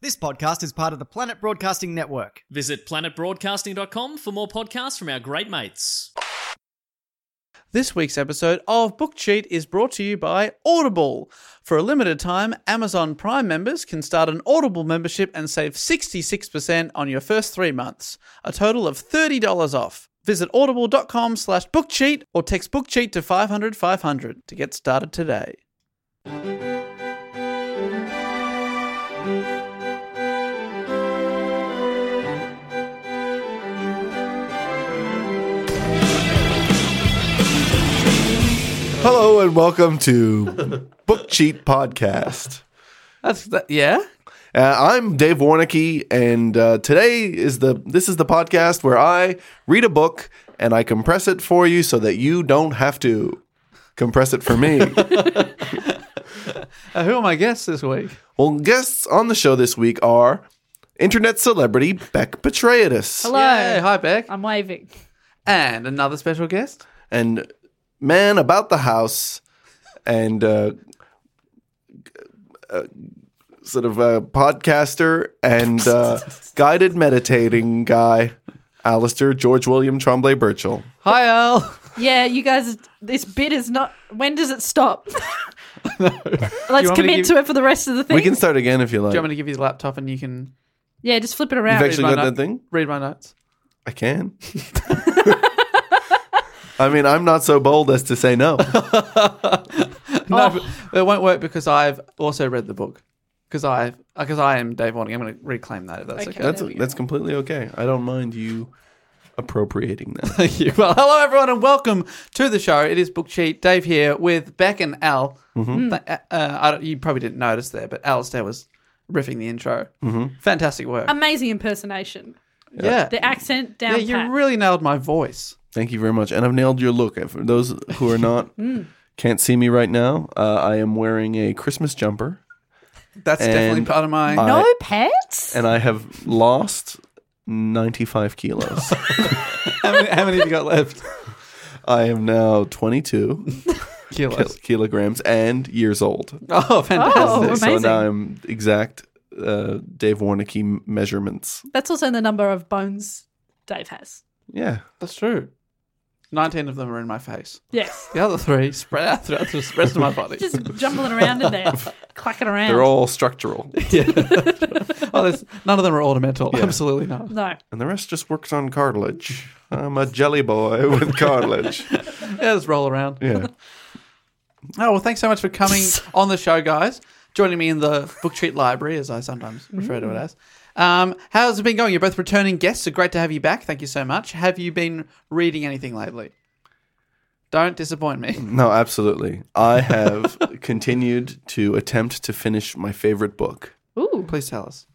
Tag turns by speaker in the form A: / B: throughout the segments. A: This podcast is part of the Planet Broadcasting Network.
B: Visit planetbroadcasting.com for more podcasts from our great mates.
C: This week's episode of Book Cheat is brought to you by Audible. For a limited time, Amazon Prime members can start an Audible membership and save 66% on your first three months, a total of $30 off. Visit audible.com slash bookcheat or text bookcheat to 500 500 to get started today.
D: Hello and welcome to Book Cheat Podcast.
C: That's that, yeah?
D: Uh, I'm Dave Warnicki, and uh, today is the this is the podcast where I read a book and I compress it for you so that you don't have to compress it for me.
C: Uh, who am I guest this week?
D: well, guests on the show this week are internet celebrity Beck Petraeus
E: Hello.
C: Yay, hi, Beck.
E: I'm waving.
C: And another special guest.
D: and man about the house and uh, g- uh, sort of a podcaster and uh, guided meditating guy, Alistair George William Tremblay Birchall.
C: Hi, Al.
E: Yeah, you guys, this bit is not. When does it stop?
C: You
E: Let's
C: want me to
E: commit
C: give-
E: to it for the rest of the thing.
D: We can start again if you like.
C: Do you want me to give you the laptop and you can
E: yeah, just flip it
D: You've
E: around.
D: actually
C: my
D: got that
C: note-
D: thing?
C: read my notes?
D: I can. I mean, I'm not so bold as to say no.
C: No,
E: Oh.
C: but it won't work because I've also read the book. Because I, because I am Dave Warning. I'm going to reclaim that if that's okay.
E: Okay.
D: That's that's completely okay. I don't mind you appropriating that.
C: Thank you. Well, hello everyone, and welcome to the show. It is Book Cheat. Dave here with Beck and Al. Th- uh, uh, I don't, you probably didn't notice there, but Alistair was riffing the intro. Mm-hmm. Fantastic work.
E: Amazing impersonation.
C: yeah,
E: Um, The accent down.
C: yeah. You
E: pat.
C: really nailed my voice.
D: Thank you very much, and I've nailed your look. For those who are not can't see me right now, uh, I am wearing a Christmas jumper,
C: That's
D: And
C: definitely part of my.
D: I-
E: no pets?
D: and I have lost ninety five kilos.
C: how, many, how many have you got left?
D: I am now twenty two
C: Kilos.
D: kilograms and years old.
C: Oh, fantastic.
E: Oh,
D: So
E: amazing.
D: now I'm exact uh, Dave Warnicky m- measurements.
E: That's also the number of bones Dave has.
D: Yeah.
C: That's true. Nineteen of them are in my face.
E: Yes.
C: The other three spread out throughout the rest of my body.
E: Just jumbling around in there, clacking around.
D: They're all structural.
C: oh, there's, none of them are ornamental. Absolutely not.
E: no.
D: And the rest just works on cartilage. I'm a jelly boy with cartilage.
C: Yeah, just roll around.
D: Yeah.
C: Oh, well, thanks so much for coming on the show, guys. Joining me in the Book Treat Library, as I sometimes refer to it as. Um, how's it been going? You're both returning guests, so great to have you back. Thank you so much. Have you been reading anything lately? Don't disappoint me.
D: No, absolutely. I have continued to attempt to finish my favorite book,
E: Ooh.
C: Please tell us.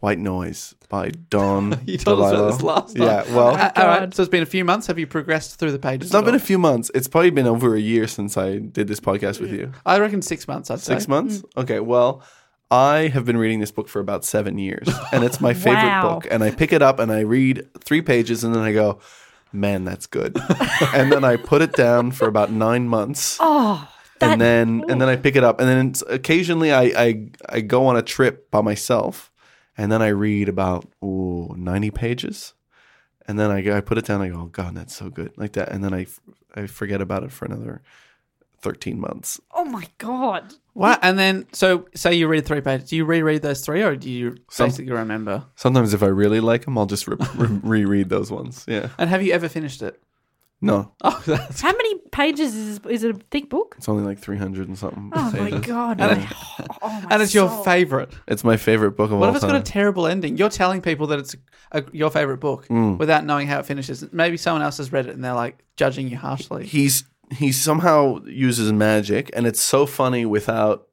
D: White Noise by Don.
C: You told us about
D: DeLillo.
C: this last time.
D: Yeah, well,
C: Uh, all right. So it's been a few months. Have you progressed through the pages?
D: it's not
C: at
D: been
C: all?
D: a few months. It's probably been over a year since I did this podcast with you.
C: I reckon six months. I'd
D: Six
C: say.
D: months? Okay, well, I have been reading this book for about seven years, and it's my favorite
E: Wow.
D: book. And I pick it up and I read three pages, and then I go, man, that's good. and then I put it down for about nine months.
E: Oh,
D: and then and then I pick it up, and then it's, occasionally I, I I go on a trip by myself, and then I read about ooh, 90 pages, and then I go- I put it down. I go, oh god, that's so good, like that, and then I f- I forget about it for another thirteen months.
E: oh my God.
C: What? And then, so say you read three pages. Do you reread those three, or do you
D: Some-
C: basically remember?
D: Sometimes if I really like them, I'll just re- re- reread those ones. Yeah,
C: And have you ever finished it?
D: no,
C: Oh, that's
E: How many pages is, is it a thick book?
D: it's only like 300 and something.
E: Oh my
D: pages.
E: God.
D: Yeah.
E: Oh my
C: and it's your
E: soul.
C: favorite.
D: It's my favorite book of
C: What
D: all
C: if it's
D: time.
C: got a terrible ending? You're telling people that it's a, your favorite book without knowing how it finishes. Maybe someone else has read it and they're like judging you harshly.
D: he's he somehow uses magic and it's so funny without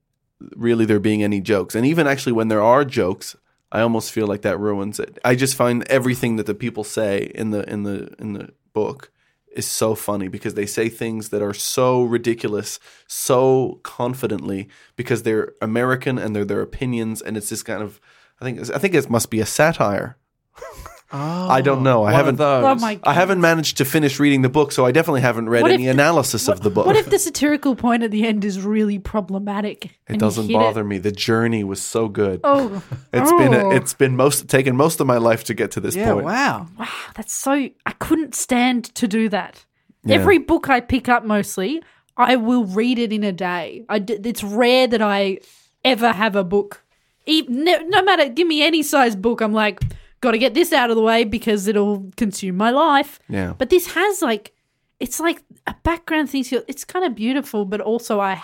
D: really there being any jokes. And even actually, when there are jokes, I almost feel like that ruins it. I just find everything that the people say in the in the in the book is so funny because they say things that are so ridiculous so confidently because they're American and they're their opinions and it's this kind of I think I think it must be a satire. I don't know. I
C: One of
D: haven't
C: those.
E: Oh my
D: I haven't managed to finish reading the book, so I definitely haven't read
E: What if
D: any
E: the-
D: analysis of the book.
E: What if the satirical point at the end is really problematic?
D: it doesn't bother me. The journey was so good.
E: Oh,
D: It's been it's been most taken most of my life to get to this
C: Yeah,
D: point.
C: wow.
E: wow, Ah, that's so. I couldn't stand to do that. Every book I pick up, mostly, I will read it in a day. I d- it's rare that I ever have a book. E- no, no matter, give me any size book. I'm like, got to get this out of the way because it'll consume my life.
D: Yeah.
E: But this has like, it's like a background thing. so It's kind of beautiful, but also I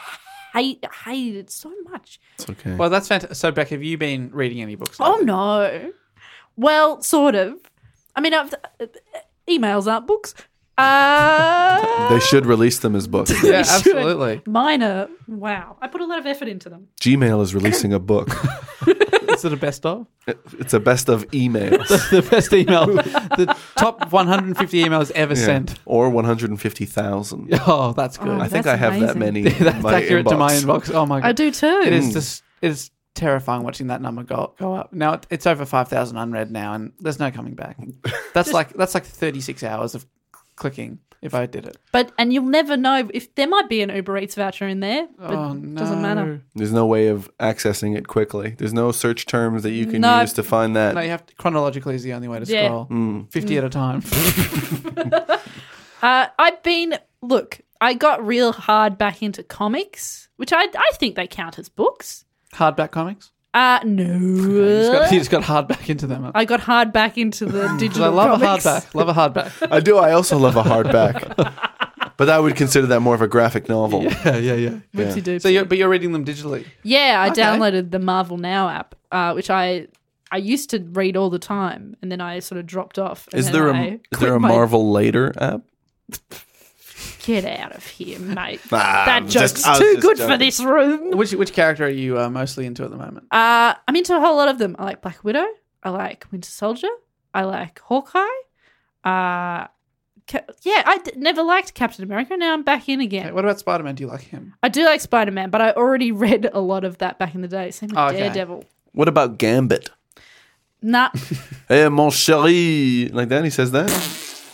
E: hate hate it so much.
D: It's okay.
C: Well, that's fantastic. So, Beck, have you been reading any books?
E: Oh
C: lately?
E: no. Well, sort of. I mean, I've, uh, emails aren't books. Uh,
D: they should release them as books.
C: Yeah,
E: should.
C: absolutely.
E: mine are wow. I put a lot of effort into them.
D: Gmail is releasing a book.
C: Is it a best of?
D: It's a best of emails
C: the best email. the top 150 emails ever sent.
D: or 150,000.
C: Oh, that's good.
E: Oh,
D: I think
E: that's
D: I have that
E: amazing.
D: many. in
C: that's
D: my
C: accurate to my inbox. Oh my god,
E: I do too.
C: It is just it is terrifying watching that number go go up. Now it, it's over five thousand unread now, and there's no coming back. That's like that's like thirty six hours of clicking. If I did it,
E: But and you'll never know if there might be an Uber Eats voucher in there. But
C: oh
E: it
C: no,
E: doesn't matter.
D: There's no way of accessing it quickly. There's no search terms that you can
E: No.
D: use to find that.
C: No, you have to, chronologically is the only way to
E: Yeah.
C: scroll. Fifty at a time.
E: Uh, I've been look. I got real hard back into comics, which I I think they count as books.
C: hardback comics.
E: Uh no.
C: You just got, you just got hardback into them.
E: I got hard back into the
C: 'Cause
E: digital.
C: I love
E: comics.
C: a hardback. Love a hardback.
D: I do. I also love a hardback. but I would consider that more of a graphic novel.
C: yeah, yeah, yeah.
E: Whoopsie-doopsie.
C: So, you're, but you're reading them digitally.
E: Yeah, I
C: Okay.
E: downloaded the Marvel Now app, uh, which I I used to read all the time, and then I sort of dropped off. and
D: Is
E: then
D: there
E: I
D: a is
E: quit
D: there a
E: my-
D: Marvel later app?
E: Get out of here, mate!
D: Ah,
E: that
D: I'm
E: joke's
D: just- I was
E: too
D: just
E: good for
D: joking.
E: this room.
C: Which which character are you uh, mostly into at the moment?
E: Uh, I'm into a whole lot of them. I like Black Widow. I like Winter Soldier. I like Hawkeye. Uh, Ca- yeah, I d- never liked Captain America. Now I'm back in again.
C: Okay, what about Spider Man? Do you like him?
E: I do like Spider Man, but I already read a lot of that back in the day. Same
D: Oh,
E: with
C: Okay.
E: Daredevil.
D: What about Gambit?
E: Nah,
D: Eh, mon chéri, like that. He says that.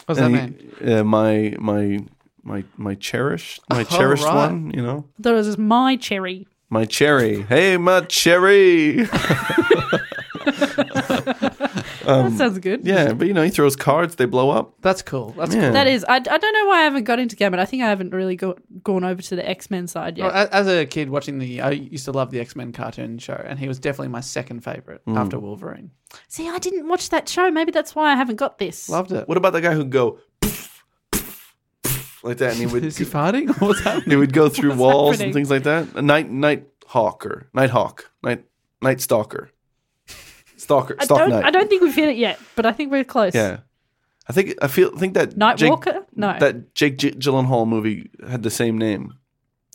C: What does that
D: And
C: mean?
D: he- uh, my my my my cherished my cherished
C: right.
D: one. You know,
E: that was just my cherry.
D: my cherry. Hey, my cherry.
E: that sounds good.
D: Um, yeah, but you know, he throws cards. They blow up.
C: That's cool. That's
D: Yeah.
C: cool.
E: That is, I, I don't know why I haven't got into Gambit. I think I haven't really go, gone over to the X Men side yet.
D: uh,
C: Well, a- As a kid watching the, I used to love the X Men cartoon show, and he was definitely my second favorite
D: Hmm.
C: after Wolverine.
E: See, I didn't watch that show. Maybe that's why I haven't got this.
C: Loved it.
D: What about the guy who'd go like that, and he would
C: Is he farting? What's happening?
D: he would go through walls
E: happening?
D: and things like that. A night night hawker, night hawk, night night stalker, stalker,
E: I
D: stalk
E: don't,
D: night.
E: I don't think we've hit it yet, but I think we're close.
D: yeah, I think I feel think that
E: Night
D: Jake-
E: Walker? No.
D: that Jake G- Gyllenhaal movie had the same name,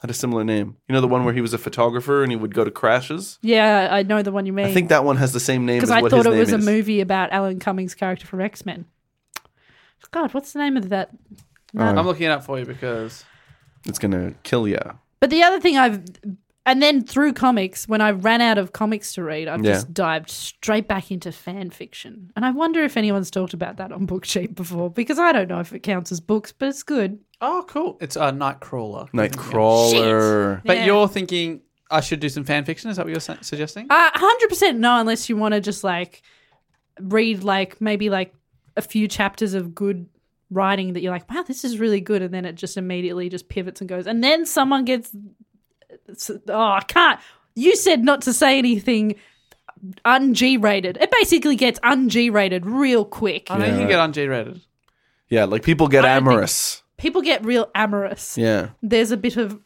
D: had a similar name. You know the one where he was a photographer and he would go to crashes.
E: Yeah, I know the one you mean.
D: I think that one has the same name as
E: because I
D: what
E: thought
D: his
E: it
D: name
E: was a
D: is.
E: movie about Alan Cummings' character from X Men. God, what's the name of that?
C: I'm looking it up for you because
D: It's gonna kill ya.
E: But the other thing I've, and then through comics, when I ran out of comics to read, I've
D: Yeah.
E: just dived straight back into fan fiction. And I wonder if anyone's talked about that on Book Sheet before, because I don't know if it counts as books, but it's good.
C: oh, cool. It's a uh, Nightcrawler.
D: Nightcrawler.
C: But
E: Yeah.
C: you're thinking I should do some fan fiction? Is that what you're su- suggesting?
E: Uh, 100% no, unless you want to just like read like maybe like a few chapters of good writing that you're like, wow, this is really good. And then it just immediately just pivots and goes. And then someone gets, oh, I can't. You said not to say anything un G rated. It basically gets un G rated real quick.
C: I know you can get on G rated.
D: Yeah, like people get
E: I don't think-
D: amorous.
E: People get real amorous.
D: Yeah,
E: There's a bit of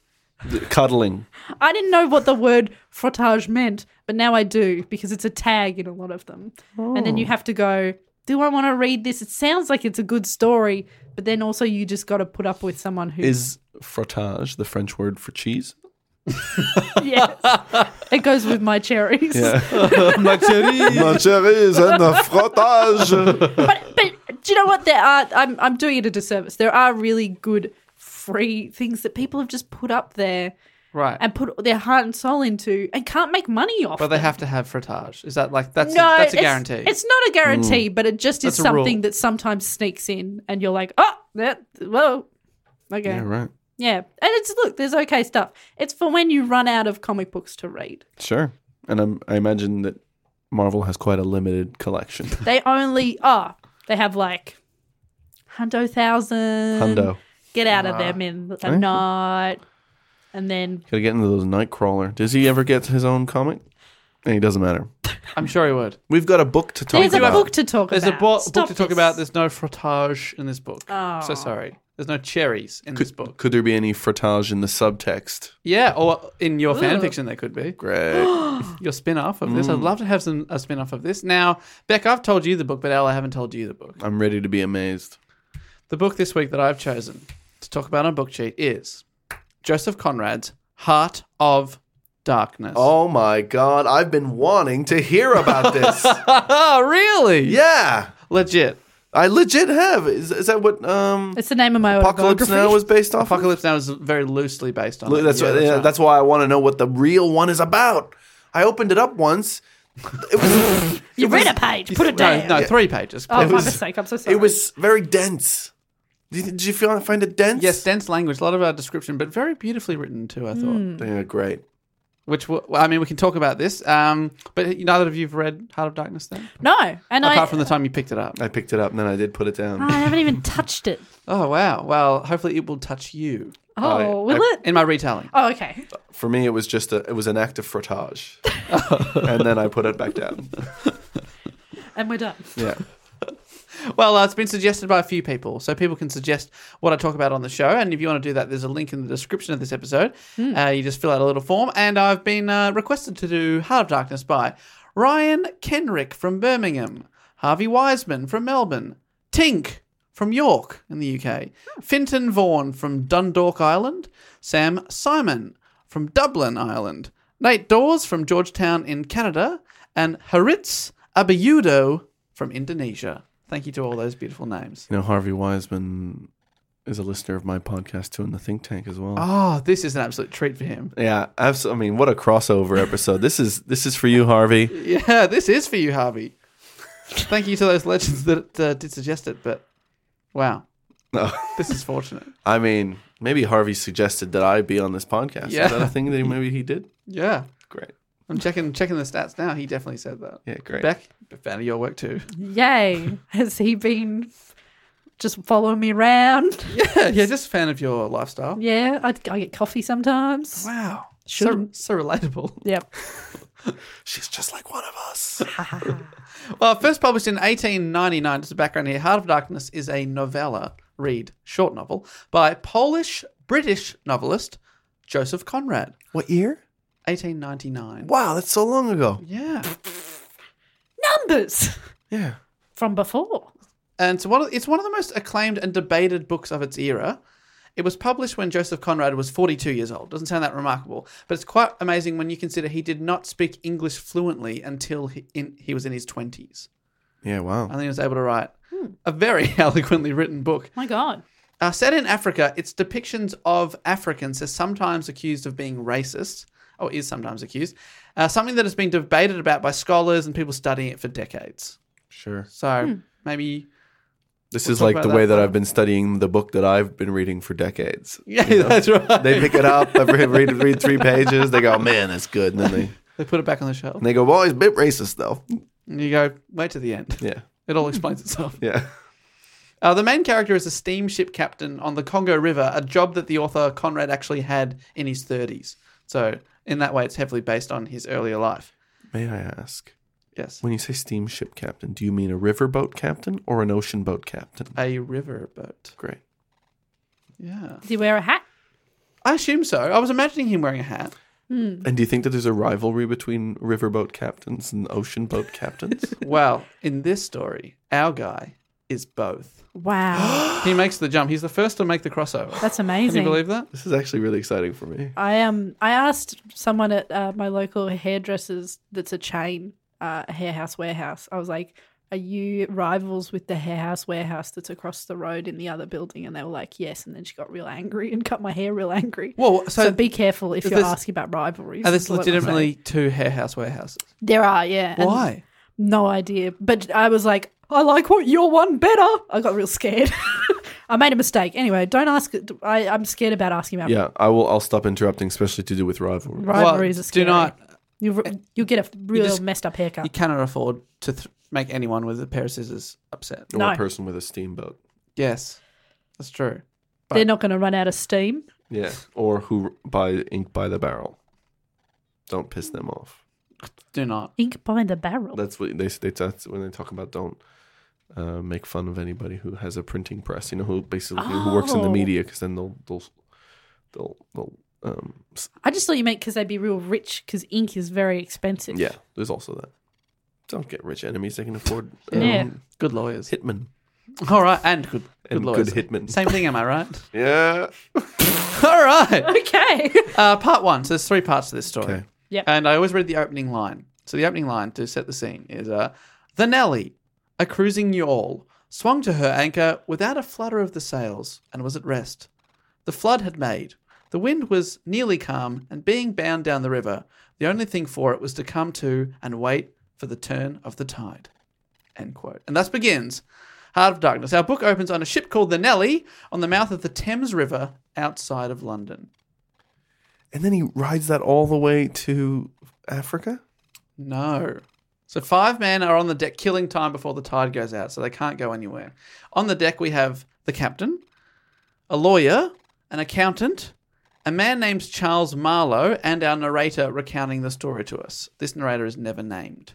D: Th- cuddling.
E: I didn't know what the word frottage meant, but now I do because it's a tag in a lot of them. And then you have to go, do I want to read this? It sounds like it's a good story, but then also you just got to put up with someone who
D: Is frottage the French word for cheese?
E: yes. It goes with my cherries.
D: Ma chérie, and the frottage.
E: but but do you know what? There are I'm I'm doing it a disservice. There are really good free things that people have just put up there
C: Right.
E: and put their heart and soul into and can't make money off.
C: but they
E: them.
C: have to have frottage. Is that like that's
E: no,
C: a, that's a
E: it's-
C: guarantee?
E: It's not a guarantee,
D: Mm.
E: but it just is
C: That's a rule.
E: something that sometimes sneaks in, and you're like, oh, that whoa, okay,
D: yeah, right.
E: yeah. And it's look, there's okay stuff. It's for when you run out of comic books to read.
D: Sure. And I'm, I imagine that Marvel has quite a limited collection.
E: They only are. They have like hundo thousand.
D: Hundo.
E: Get out of there,
C: Ah.
E: men.
D: Okay.
E: I'm not. And then
D: Gotta get into those Nightcrawler. Does he ever get his own comic? And he doesn't matter.
C: I'm sure he would.
D: We've got a book to talk
E: there's a
D: about.
E: book to talk
C: There's
E: about.
C: a bo- book
E: Stop
C: to talk
E: this. Oh.
C: about. There's no frottage in this book. So sorry. There's no cherries in this book.
D: Could there be any frottage in the subtext?
C: Yeah, or in your fan fiction, there could be.
D: Great.
C: Your spin off of this. I'd
D: Mm.
C: love to have some a spin off of this. Now, Beck, I've told you the book, but Al, I haven't told you the book.
D: I'm ready to be amazed.
C: The book this week that I've chosen to talk about on Book Cheat is Joseph Conrad's Heart of Darkness.
D: Oh my god, I've been wanting to hear about this.
C: Ah, really?
D: yeah.
C: Legit.
D: I legit have. Is, is that what um
E: It's the name of my
D: Apocalypse
E: autobiography.
D: Now was based off? of?
C: Apocalypse Now is very loosely based on. it.
D: Look, That's
C: Yeah,
D: what, yeah,
C: right.
D: that's why I want to know what the real one is about. I opened it up once. It was
E: you read a page. Put it
C: No,
E: down.
C: no, three pages.
E: oh,
C: please.
E: my mistake. I'm so sorry.
D: it was very dense. Did you, did you feel find it dense?
C: Yes, dense language, a lot of our description, but very beautifully written too. I thought.
E: Hmm.
D: Yeah, great.
C: Which w- well, I mean, we can talk about this. Um, but neither of you've read Heart of Darkness, then,
E: no. And I,
C: apart from the time you picked it up.
D: I picked it up and then I did put it down.
E: I haven't even touched it.
C: Oh wow! Well, hopefully it will touch you
E: Oh, will it?
C: in my retelling.
E: Oh, okay.
D: For me, it was just a it was an act of frottage, and then I put it back down.
E: And we're done.
D: Yeah,
C: Well, uh, it's been suggested by a few people, so people can suggest what I talk about on the show. And if you want to do that, there's a link in the description of this episode. Uh, you just fill out a little form, and I've been uh, requested to do Heart of Darkness by Ryan Kenrick from Birmingham, Harvey Wiseman from Melbourne, Tink from York in the UK,
D: Hmm.
C: Finton Vaughan from Dundalk, Ireland, Sam Simon from Dublin, Ireland, Nate Dawes from Georgetown in Canada, and Haritz Abayudo from Indonesia. Thank you to all those beautiful names.
D: you know Harvey Wiseman is a listener of my podcast too in the think tank as well.
C: Oh, this is an absolute treat for him.
D: Yeah, abso- I mean, what a crossover episode. this is this is for you, Harvey.
C: Yeah, this is for you, Harvey. Thank you to those legends that uh, did suggest it, but wow,
D: No,
C: this is fortunate.
D: I mean, maybe Harvey suggested that I be on this podcast.
C: Yeah.
D: Is that a thing that maybe he did?
C: Yeah,
D: Great.
C: I'm checking checking the stats now. He definitely said that.
D: Yeah, great.
C: Beck, a fan of your work too.
E: Yay. Has he been just following me around?
C: Yeah, yeah, just a fan of your lifestyle.
E: Yeah. I, I get coffee sometimes.
C: Wow, so,
E: Shouldn't-
C: so relatable.
E: Yep.
D: She's just like one of us.
C: Well, Uh, first published in 1899, just a background here. Heart of Darkness is a novella, read, short novel, by Polish British novelist Joseph Conrad,
D: what year?
C: 1899.
D: Wow, that's so long ago.
C: Yeah.
E: Numbers
D: Yeah.
E: from before.
C: And so one of, it's one of the most acclaimed and debated books of its era. It was published when Joseph Conrad was 42 years old. Doesn't sound that remarkable, but it's quite amazing when you consider he did not speak English fluently until he, in, he was in his 20s.
D: Yeah, wow.
C: I think he was able to write a very eloquently written book.
E: My God.
C: Uh, set in Africa, its depictions of Africans are sometimes accused of being racist, or is sometimes accused, uh, something that has been debated about by scholars and people studying it for decades.
D: Sure.
C: So maybe,
D: This
C: We'll
D: is
C: talk
D: like
C: about
D: the way
C: that.
D: that I've been studying the book that I've been reading for decades.
C: yeah, that's right.
D: They pick it up, I read, read, read three pages, they go, man, that's good. And then they, and
C: They put it back on the shelf.
D: they go, well, he's a bit racist, though.
C: And you go, wait to the end.
D: Yeah.
C: It all explains itself.
D: Yeah.
C: Uh, the main character is a steamship captain on the Congo River, a job that the author Conrad actually had in his 30s. So, in that way, it's heavily based on his earlier life.
D: May I ask,
C: Yes.
D: when you say steamship captain, do you mean a riverboat captain or an ocean boat captain?
C: A river boat.
D: Great.
C: Yeah.
E: Does he wear a hat?
C: I assume so. I was imagining him wearing a hat.
D: And do you think that there's a rivalry between riverboat captains and ocean boat captains?
C: Well, in this story, our guy is both.
E: Wow.
C: He makes the jump. He's the first to make the crossover.
E: That's
C: Can you
E: amazing.
C: believe that?
D: This is actually really exciting for me.
E: I um I asked someone at uh, my local hairdressers that's a chain uh, hair house warehouse. I was like, "Are you rivals with the hair house warehouse that's across the road in the other building?" And they were like, "Yes." And then she got real angry and cut my hair real angry.
C: Well,
E: so,
C: so,
E: be careful if
C: is
E: you're
C: this-
E: asking about rivalries.
C: are
E: is
C: there's
E: what I'm saying.
C: legitimately two hair house warehouses.
E: there are yeah. And
C: Why?
E: No idea. But I was like, I like what your one better. I got real scared. I made a mistake. Anyway, don't ask. I, I'm scared about asking about
D: Yeah, I will. I'll stop interrupting, especially to do with rivalry.
E: rivalries.
C: Well,
E: are scary.
C: do not.
E: You you get a real
C: just-
E: messed up haircut.
C: You cannot afford to th- make anyone with a pair of scissors upset.
D: Or
E: No.
D: a person with a steamboat.
C: Yes, that's true. but-
E: They're not going to run out of steam.
D: Yeah, or who buy ink by the barrel. Don't piss them off.
C: Do not.
E: Ink by the barrel.
D: That's what they. they that's when they talk about don't uh, make fun of anybody who has a printing press. You know, who basically who works in the
E: Oh.
D: media, because then they'll they'll they'll, they'll um, s-
E: I just thought you meant because they'd be real rich because ink is very expensive.
D: yeah. There's also that. Don't get rich enemies. They can afford um,
E: Yeah.
C: Good lawyers.
D: hitmen.
C: All right, and good, good
D: And good
C: lawyers.
D: hitmen.
C: Same thing, am I right?
D: Yeah.
C: All right.
E: Okay.
C: Uh, part one. So there's three parts to this story.
D: Okay.
E: Yep.
C: And I always read the opening line. So the opening line to set the scene is uh, The Nelly, a cruising yawl, swung to her anchor without a flutter of the sails and was at rest. The flood had made. The wind was nearly calm and being bound down the river. The only thing for it was to come to and wait for the turn of the tide. End quote. And thus begins Heart of Darkness. Our book opens on a ship called the Nelly on the mouth of the Thames River outside of London.
D: And then he rides that all the way to Africa.
C: No. So five men are on the deck killing time before the tide goes out, so they can't go anywhere. On the deck, we have the captain, a lawyer, an accountant, a man named Charles Marlowe, and our narrator recounting the story to us. This narrator is never named.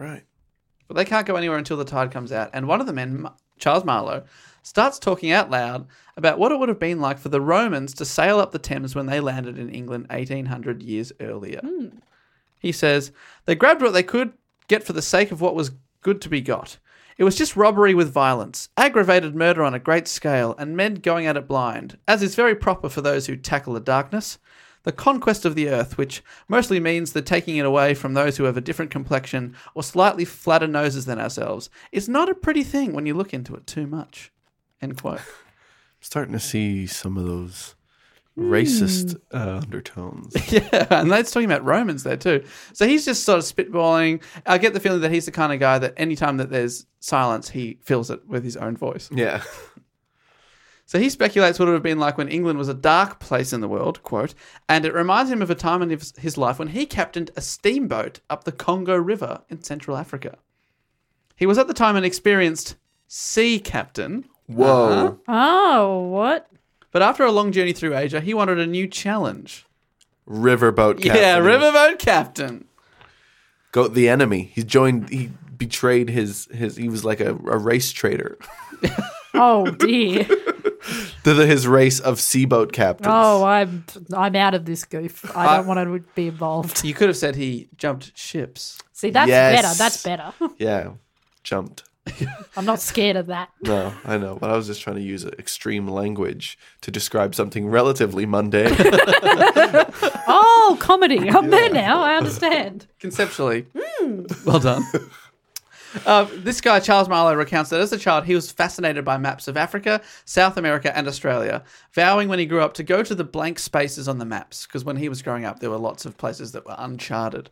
D: Right.
C: But they can't go anywhere until the tide comes out. And one of the men, Ma- Charles Marlowe, starts talking out loud about what it would have been like for the Romans to sail up the Thames when they landed in England 1800 years earlier. He says, They grabbed what they could get for the sake of what was good to be got. It was just robbery with violence, aggravated murder on a great scale, and men going at it blind, as is very proper for those who tackle the darkness. The conquest of the earth, which mostly means the taking it away from those who have a different complexion or slightly flatter noses than ourselves, is not a pretty thing when you look into it too much. End quote.
D: starting to see some of those racist uh, undertones.
C: Yeah, and that's talking about Romans there too. So he's just sort of spitballing. I get the feeling that he's the kind of guy that anytime that there's silence, he fills it with his own voice.
D: yeah.
C: So he speculates what it would have been like when England was a dark place in the world, quote, and it reminds him of a time in his his life when he captained a steamboat up the Congo River in Central Africa. He was at the time an experienced sea captain,
D: Whoa.
E: Oh, what?
C: but after a long journey through Asia, he wanted a new challenge.
D: Riverboat captain.
C: Yeah, riverboat captain.
D: Go the enemy. He joined he betrayed his his he was like a, a race traitor.
E: Oh dear.
D: to the, his race of seaboat captains.
E: oh, I'm I'm out of this goof. I
D: Uh,
E: don't want to be involved.
C: You could have said he jumped ships.
E: See, that's
D: Yes.
E: better. That's better.
D: Yeah. Jumped.
E: I'm not scared of that.
D: No, I know, but I was just trying to use extreme language to describe something relatively mundane.
E: Oh, comedy. I'm there now. I understand.
C: Conceptually. Well done. Uh, this guy, Charles Marlowe, recounts that as a child he was fascinated by maps of Africa, South America, and Australia, vowing when he grew up to go to the blank spaces on the maps, because when he was growing up, there were lots of places that were uncharted.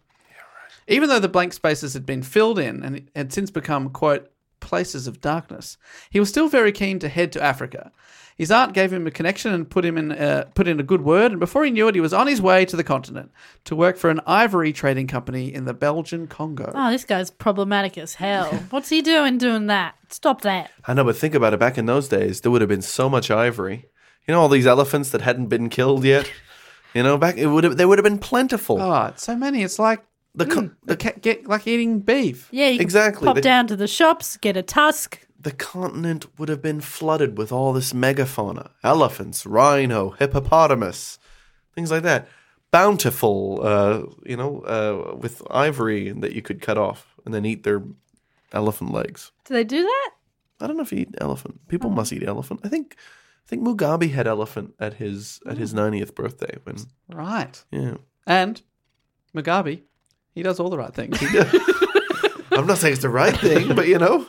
C: Even though the blank spaces had been filled in and had since become, quote, places of darkness, he was still very keen to head to Africa. His aunt gave him a connection and put him in uh, put in a good word, and before he knew it, he was on his way to the continent to work for an ivory trading company in the Belgian Congo.
E: Oh, this guy's problematic as hell. What's he doing doing that? Stop that.
D: I know, but think about it. Back in those days, there would have been so much ivory. You know, all these elephants that hadn't been killed yet. You know, back it would have they would have been plentiful.
C: Oh, it's so many. It's like
D: the co-
C: the ca- get like eating beef.
E: Yeah, you can
D: Exactly.
E: pop
D: They-
E: down to the shops, get a tusk.
D: the continent would have been flooded with all this megafauna elephants rhino hippopotamus things like that bountiful uh, you know uh, with ivory that you could cut off and then eat their elephant legs
E: Do they do that?
D: I don't know if he eat elephant. People must eat elephant. I think I think Mugabe had elephant at his at his 90th birthday when
C: Right.
D: yeah.
C: And Mugabe, he does all the right things.
D: I'm not saying it's the right thing, but you know,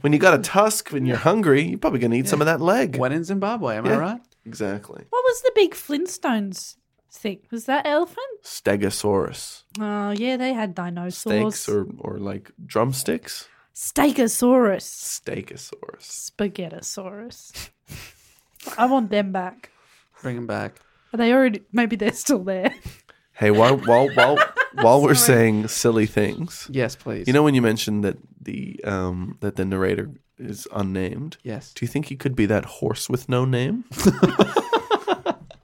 D: when you got a tusk when you're hungry, you're probably going to eat some of that leg.
C: when in Zimbabwe, am I
D: Yeah.
C: right?
D: Exactly.
E: What was the big Flintstones thing? Was that elephant?
D: Stegosaurus.
E: Oh, yeah, they had dinosaurs.
D: Steaks or, or like drumsticks?
E: Stegosaurus.
D: Stegosaurus.
E: Spaghettosaurus. I want them back.
C: Bring him back.
E: Are they already? Maybe they're still there.
D: Hey, while while while, while we're saying silly things,
C: Yes, please.
D: you know when you mentioned that the um that the narrator is unnamed?
C: Yes.
D: Do you think he could be that horse with no name?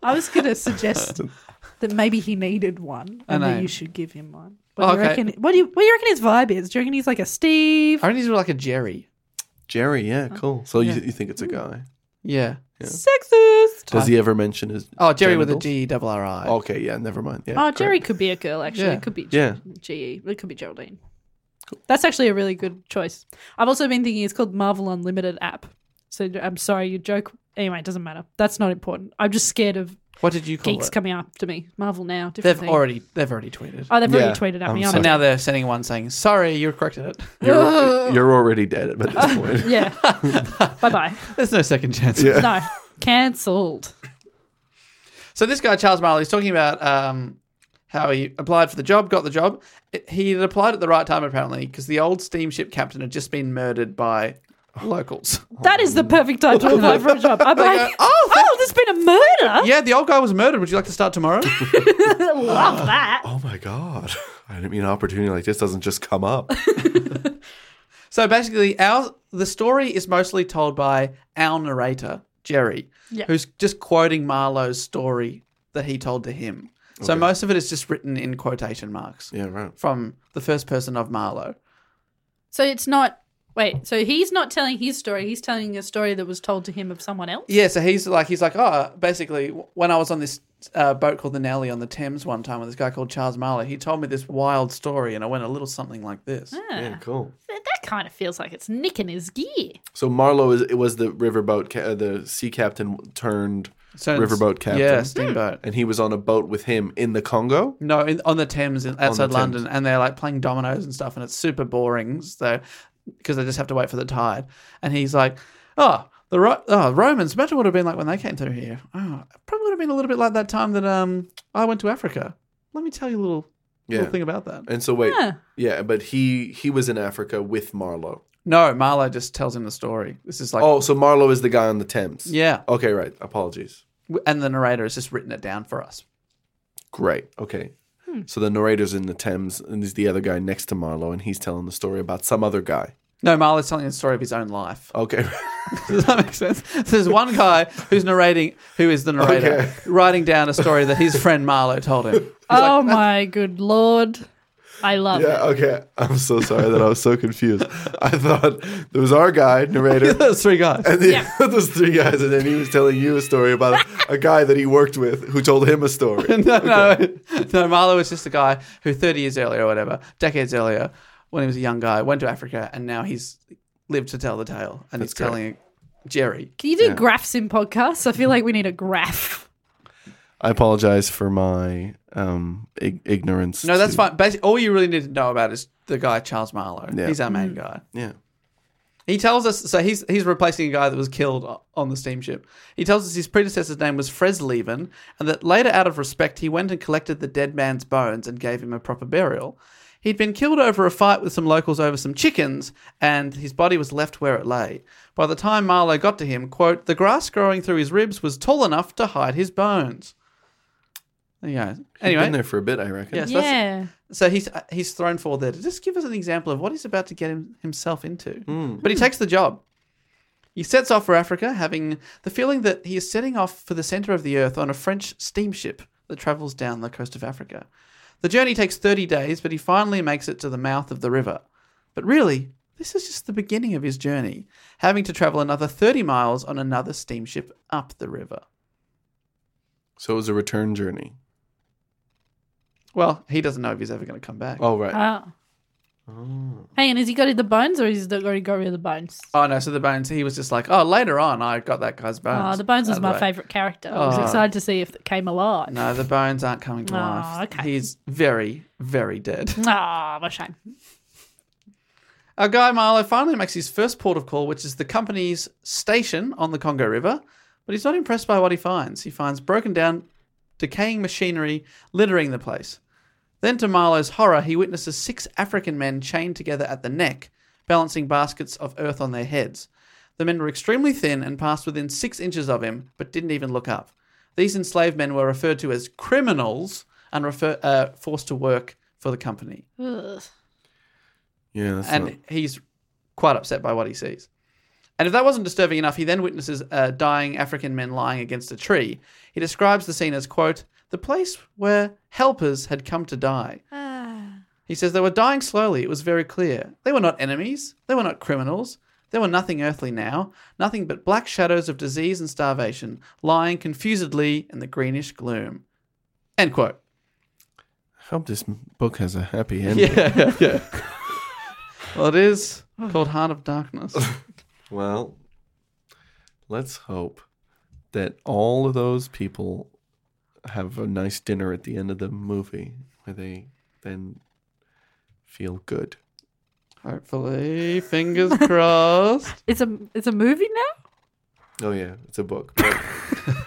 E: I was going to suggest that maybe he needed one, and
C: know.
E: that you should give him one. What do you
C: Okay.
E: reckon? What do you? What do you reckon his vibe is? Do you reckon he's like a Steve?
C: I reckon he's more like a Jerry.
D: Jerry, yeah, cool. So you, you think it's a
C: Hmm.
D: guy?
C: Yeah.
E: Sexist.
D: Does he ever mention his?
C: Oh, Jerry
D: genitals?
C: with a G double R I.
D: Okay, yeah, never mind. Yeah,
E: Oh,
D: correct.
E: Jerry could be a girl, actually.
C: Yeah.
E: It could be
D: Yeah.
E: yeah. GE. It could be Geraldine. That's actually a really good choice. I've also been thinking it's called Marvel Unlimited app. So I'm sorry, your joke. Anyway, it doesn't matter. That's not important. I'm just scared of
C: What did you call
E: geeks
C: it?
E: coming after me. Marvel now.
C: they've
E: Different thing.
C: already they've already tweeted.
E: Oh, they've
D: Yeah,
E: already tweeted at
D: I'm
E: me.
D: sorry.
E: aren't
C: now they're sending one saying, "Sorry, you corrected it."
D: You're, you're already dead at this point.
E: they? Yeah. bye bye.
C: There's no second chance.
E: No. Cancelled.
C: So this guy Charles Marley is talking about um, how he applied for the job, got the job. It- he had applied at the right time apparently because the old steamship captain had just been murdered by locals.
E: That is the perfect time to apply for a job. I'm like, oh, there's been a murder.
C: yeah, the old guy was murdered. Would you like to start tomorrow?
E: Love that.
D: Oh my god! I didn't mean an opportunity like this doesn't just come up.
C: so basically, our the story is mostly told by our narrator Jerry,
E: Yeah.
C: who's just quoting Marlowe's story that he told to him. So most of it is just written in quotation marks
D: Yeah, right.
C: from the first person of Marlowe.
E: So it's not. Wait, so he's not telling his story. He's telling a story that was told to him of someone else?
C: Yeah, so he's like, he's like, oh, basically, w- when I was on this uh, boat called the Nelly on the Thames one time with this guy called Charles Marlowe, he told me this wild story, and I went a little something like this.
D: Yeah, cool.
E: That, that kind of feels like it's nicking his gear.
D: So Marlowe is it was the riverboat, ca- uh, the sea captain turned
C: So it's-
D: riverboat captain. Hmm.
C: yeah, steamboat.
D: and he was on a boat with him in the Congo.
C: No, in, on the Thames in, outside
D: Thames.
C: London, and they're like playing dominoes and stuff, and it's super boring. So because they just have to wait for the tide, and he's like, oh. The Ro- oh, Romans, imagine what it would have been like when they came through here. Oh, it probably would have been a little bit like that time that um I went to Africa. Let me tell you a little,
D: Yeah.
C: little thing about that.
D: And so wait, yeah, but he he was in Africa with Marlowe.
C: No, Marlowe just tells him the story. This is like
D: Oh, so Marlowe is the guy on the Thames.
C: Yeah.
D: Okay, right. Apologies.
C: W- And the narrator has just written it down for us.
D: Great. Okay.
C: Hmm.
D: So the narrator's in the Thames, and he's the other guy next to Marlowe, and he's telling the story about some other guy.
C: No, Marlowe's telling the story of his own life.
D: Okay.
C: Does that make sense? So there's one guy who's narrating, who is the narrator,
D: Okay.
C: writing down a story that his friend Marlowe told him.
E: Oh my good lord. I love
D: yeah.
E: it.
D: Okay. I'm so sorry that I was so confused. I thought there was our guy narrator.
C: Those three guys.
D: And the, those three guys, and then he was telling you a story about a, a guy that he worked with who told him a story.
C: no, no, no. Marlowe was just a guy who 30 years earlier or whatever, decades earlier, when he was a young guy, went to Africa, and now he's lived to tell the tale. And he's
D: great.
C: telling Jerry.
E: Can you do graphs in podcasts? I feel like we need a graph.
D: I apologize for my um, ig- ignorance.
C: No, that's
D: to-
C: fine. Basically, all you really need to know about is the guy Charles Marlowe.
D: Yeah.
C: He's our main guy.
D: Yeah.
C: He tells us so he's he's replacing a guy that was killed o- on the steamship. He tells us his predecessor's name was Fresleben, and that later, out of respect, he went and collected the dead man's bones and gave him a proper burial. He'd been killed over a fight with some locals over some chickens, and his body was left where it lay. By the time Marlowe got to him, quote, the grass growing through his ribs was tall enough to hide his bones. There you go. Anyway,
D: Been there for a bit, I reckon.
C: yes, that's-
E: yeah.
C: so he's uh, he's thrown forward there to just give us an example of what he's about to get him, himself into. But he takes the job. He sets off for Africa, having the feeling that he is setting off for the center of the earth on a French steamship that travels down the coast of Africa. The journey takes 30 days, but he finally makes it to the mouth of the river. But really, this is just the beginning of his journey, having to travel another 30 miles on another steamship up the river.
D: So it was a return journey.
C: Well, he doesn't know if he's ever going to come back.
D: Oh, right.
E: Ah. Hey, and has he got the bones or is he already got rid of the bones?
C: Oh no, so the bones. He was just like, oh, later on, I got that guy's bones.
E: Oh, the bones
C: Out
E: was
C: of
E: my
C: way.
E: favorite character. I was excited to see if it came alive.
C: No, the bones aren't coming to
E: Oh,
C: life.
E: okay.
C: He's very, very dead.
E: Ah, what a shame.
C: Our guy Marlo finally makes his first port of call, which is the company's station on the Congo River, but he's not impressed by what he finds. He finds broken down, decaying machinery littering the place. Then, to Marlo's horror, he witnesses six African men chained together at the neck, balancing baskets of earth on their heads. The men were extremely thin and passed within six inches of him, but didn't even look up. These enslaved men were referred to as criminals and refer, uh, forced to work for the company
E: Ugh.
D: Yeah, that's
C: and
D: not-
C: he's quite upset by what he sees. And if that wasn't disturbing enough, he then witnesses uh, dying African men lying against a tree. He describes the scene as, quote, the place where helpers had come to die. He says they were dying slowly. It was very clear. They were not enemies. They were not criminals. They were nothing earthly now, nothing but black shadows of disease and starvation, lying confusedly in the greenish gloom. End quote.
D: I hope this book has a happy ending.
C: Yeah, yeah. well, it is called Heart of Darkness.
D: Well, let's hope that all of those people have a nice dinner at the end of the movie where they then feel good.
C: Hopefully, fingers crossed.
E: It's a it's a movie now.
D: Oh yeah, it's a book. But,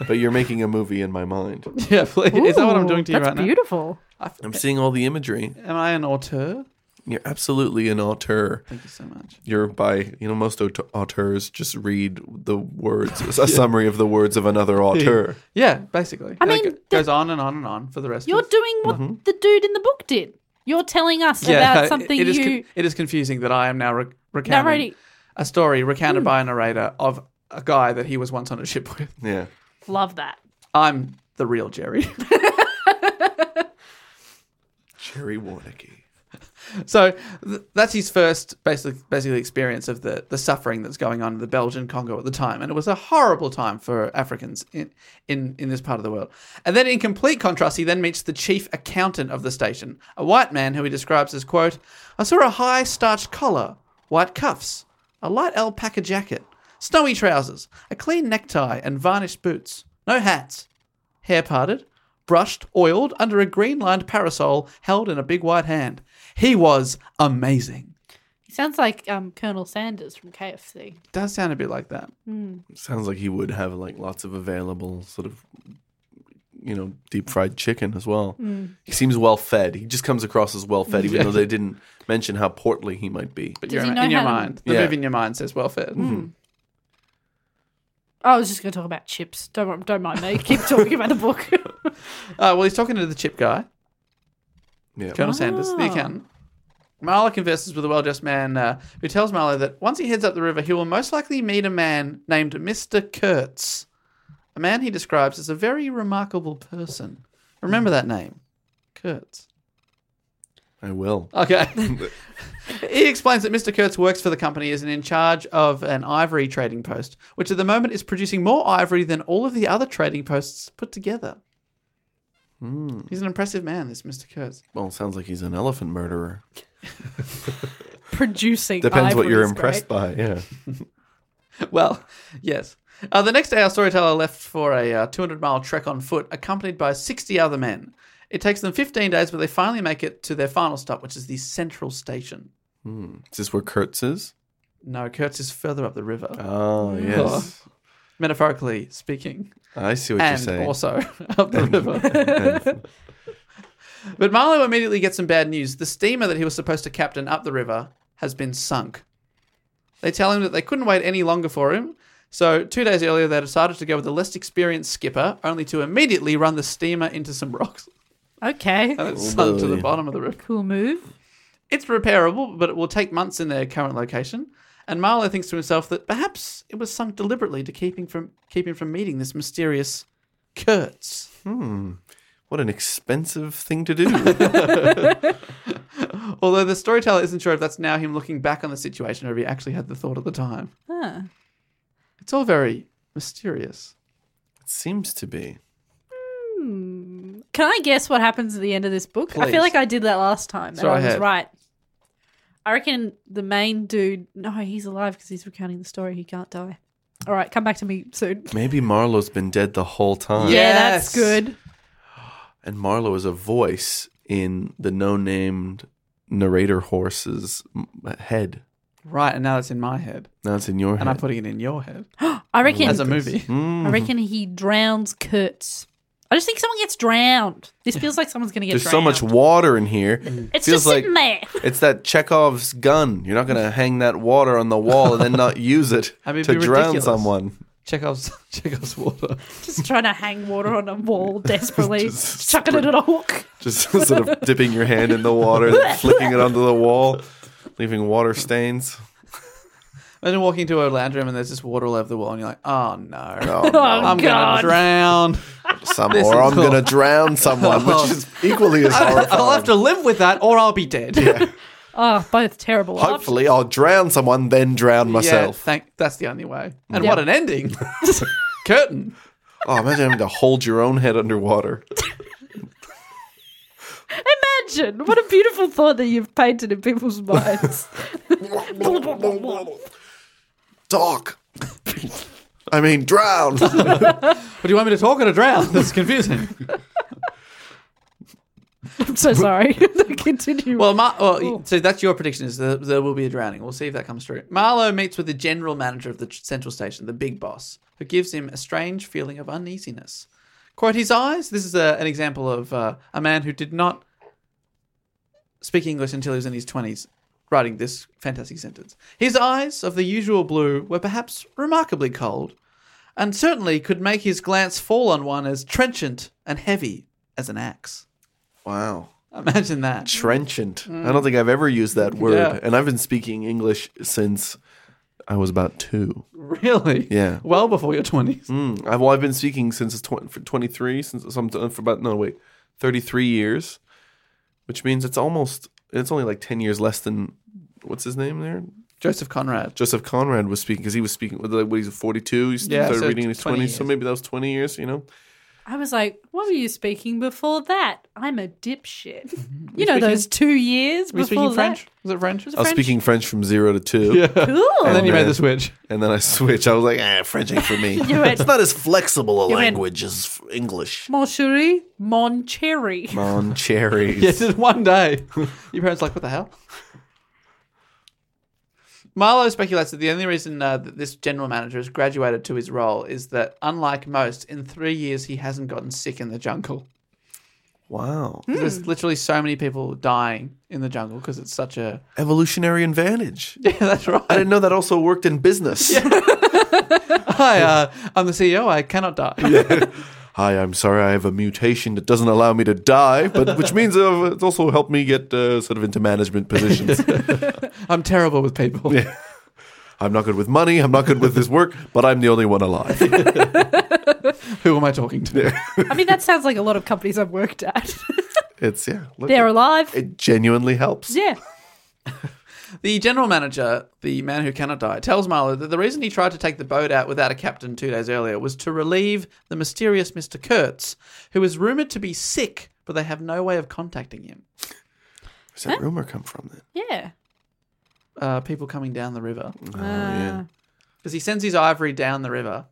D: but you're making a movie in my mind.
C: yeah, please. is that what I'm
E: Ooh,
C: doing to you
E: that's
C: right
E: beautiful.
D: I'm seeing all the imagery.
C: now? Am I an auteur?
D: You're absolutely an auteur.
C: Thank you so much.
D: You're by you know most aut- auteurs just read the words a summary of the words of another auteur.
C: Yeah, basically.
E: I
C: And it
E: mean,
C: go- goes on and on and on for the rest.
E: You're
C: of
E: doing what the dude in the book did. You're telling us about
C: Mm-hmm. it-
E: something
C: it is
E: you
C: con- it is confusing that I am now re- recounting
E: narrating. Hmm.
C: a story recounted by a narrator of a guy that he was once on a ship with.
D: Yeah.
E: Love that.
C: I'm the real Jerry.
D: Jerry Warnicky.
C: So th- that's his first basically basically experience of the the suffering that's going on in the Belgian Congo at the time, and it was a horrible time for Africans in in in this part of the world. And then, in complete contrast, he then meets the chief accountant of the station, a white man who he describes as quote, "I saw a high starched collar, white cuffs, a light alpaca jacket, snowy trousers, a clean necktie, and varnished boots. No hats, hair parted." brushed, oiled, under a green lined parasol held in a big white hand. He was amazing.
E: He sounds like um, Colonel Sanders from KFC.
C: Does sound a bit like that.
D: Sounds like he would have like lots of available sort of you know deep fried chicken as well. He seems well fed. He just comes across as well fed, even though they didn't mention how portly he might be.
C: But
E: Does
C: you're
E: he
C: in,
E: know
C: your
E: how to- Hmm.
C: mind. The
D: Yeah.
C: move in your mind says well fed.
E: Oh, I was just going to talk about chips. Don't don't mind me. Keep talking about the book.
C: Uh, well, he's talking to the chip guy,
D: Yeah,
C: Colonel Sanders,
E: Ah.
C: the accountant. Marla converses with a well dressed man uh, who tells Marla that once he heads up the river, he will most likely meet a man named Mr. Kurtz, a man he describes as a very remarkable person. Remember
E: Hmm.
C: that name, Kurtz.
D: I will.
C: Okay. he explains that Mr. Kurtz works for the company as an in charge of an ivory trading post, which at the moment is producing more ivory than all of the other trading posts put together. He's an impressive man, this Mr. Kurtz.
D: Well, sounds like he's an elephant murderer.
E: Producing
D: Depends what
E: ivory
D: you're
E: is
D: impressed by.
E: great.
D: Yeah.
C: Well, yes. Uh, the next day, our storyteller left for a uh, 200 mile trek on foot, accompanied by 60 other men. It takes them 15 days, but they finally make it to their final stop, which is the central station.
D: Is this where Kurtz is?
C: No, Kurtz is further up the river,
D: Oh yes.
C: metaphorically speaking.
D: I see what you're
C: and
D: saying.
C: also up the river. but Marlowe immediately gets some bad news. The steamer that he was supposed to captain up the river has been sunk. They tell him that they couldn't wait any longer for him, so two days earlier they decided to go with a less experienced skipper, only to immediately run the steamer into some rocks
E: Okay,
C: and Oh, it's sunk to the bottom of the river.
E: cool move.
C: It's repairable, but it will take months in their current location. And Marlowe thinks to himself that perhaps it was sunk deliberately to keep him from keep him from meeting this mysterious Kurtz.
D: what an expensive thing to do.
C: Although the storyteller isn't sure if that's now him looking back on the situation or if he actually had the thought at the time. It's all very mysterious.
D: it seems to be.
E: Can I guess what happens at the end of this book? I
C: Please.
E: feel like I did that last time,
C: So
E: and I,
C: I
E: was
C: had.
E: right. I reckon the main dude. No, he's alive because he's recounting the story. He can't die. All right, come back to me soon.
D: Maybe Marlowe's been dead the whole time.
E: Yeah, that's
C: Oh. Yes.
E: good.
D: And Marlowe is a voice in the no named narrator horse's m- head.
C: Right, and now it's in my head.
D: Now it's in your
C: And
D: head.
C: I'm putting it in your head
E: I reckon
C: as a movie.
D: Hmm?
E: I reckon he drowns Kurtz. I just think someone gets drowned. This feels like someone's going to get
D: There's so
E: drowned.
D: much water in here.
E: It's
D: Feels
E: just sitting there.
D: It's that Chekhov's gun. You're not going to hang that water on the wall and then not use it
C: I mean,
D: to
C: it'd be
D: drown
C: ridiculous.
D: someone.
C: Chekhov's Chekhov's water.
E: Just trying to hang water on a wall desperately, chucking it at a hook.
D: Just sort of dipping your hand in the water, then flicking it onto the wall, leaving water stains.
C: Imagine walking into a lounge room and there's just water all over the wall, and you're like, oh no,
D: Oh,
C: I'm
D: no.
E: God.
C: gonna drown.
D: Some,
C: This
D: or
C: is
D: I'm
C: cool. Oh.
D: going to drown someone, which is equally as horrifying.
C: I'll have to live with that, or I'll be dead.
E: Oh, both terrible.
D: Hopefully, I'll drown someone, then drown
C: Yeah,
D: myself.
C: thank. That's the only way. And
E: Yeah.
C: what an ending! Curtain.
D: oh, imagine having to hold your own head underwater.
E: Imagine what a beautiful thought that you've painted in people's minds.
D: Talk. I mean, drown.
C: But do you want me to talk or to drown? That's confusing.
E: I'm so sorry. Continue.
C: Well, Mar- well so that's your prediction is that there will be a drowning. We'll see if that comes true. Marlowe meets with the general manager of the tr- central station, the big boss, who gives him a strange feeling of uneasiness. Quote his eyes. This is a, an example of uh, a man who did not speak English until he was in his 20s, writing this fantastic sentence. His eyes, of the usual blue, were perhaps remarkably cold, and certainly could make his glance fall on one as trenchant and heavy as an axe.
D: wow.
C: Imagine that.
D: Trenchant. I don't think I've ever used that word.
C: Yeah.
D: And I've been speaking English since I was about two.
C: Really?
D: Yeah.
C: Well before your twenties.
D: Mm, I've, well, I've been speaking since tw- for 23, since some, uh, for about, no, wait, 33 years, which means it's almost, it's only like 10 years less than, what's his name there?
C: Joseph Conrad.
D: Joseph Conrad was speaking because he was speaking. Like, what, he's forty two. He
C: Yeah,
D: started
C: so
D: reading in his
C: 20
D: twenties, so
C: years.
D: maybe that was twenty years. You know,
E: I was like, what were you speaking before that? I'm a dipshit. You know those two years
C: Were you
E: before
C: speaking
E: that?
C: French? Was it French?
D: I was speaking French from zero to two,
E: Cool.
C: And then you made
D: Yeah.
C: the switch.
D: and then I switched. I was like, ah, French ain't for me.
E: went-
D: it's not as flexible a
E: You went-
D: language as English.
E: Mon chéri, mon chéri.
D: Mon cherries.
C: Yes, just one day. Your parents like, what the hell? Marlowe speculates that the only reason uh, that this general manager has graduated to his role is that, unlike most, in three years he hasn't gotten sick in the jungle.
D: Wow,
C: There's literally so many people dying in the jungle because it's such a.
D: evolutionary advantage.
C: Yeah, that's right.
D: I didn't know that also worked in business.
C: Hi, uh, I'm the CEO. I cannot die.
D: Hi, I'm sorry, I have a mutation that doesn't allow me to die, but which means uh, it's also helped me get uh, sort of into management positions.
C: I'm terrible with people.
D: I'm not good with money. I'm not good with this work, but I'm the only one alive.
C: Who am I talking to?
E: I mean, that sounds like a lot of companies I've worked at.
D: It's yeah. Look,
E: They're alive.
D: It genuinely helps.
E: yeah.
C: The general manager, the man who cannot die, tells Marlowe that the reason he tried to take the boat out without a captain two days earlier was to relieve the mysterious Mr. Kurtz, who is rumored to be sick, but they have no way of contacting him.
D: Where's that rumor come from then?
E: Yeah.
C: Uh, people coming down the river.
D: Oh, yeah.
C: Because he sends his ivory down the river,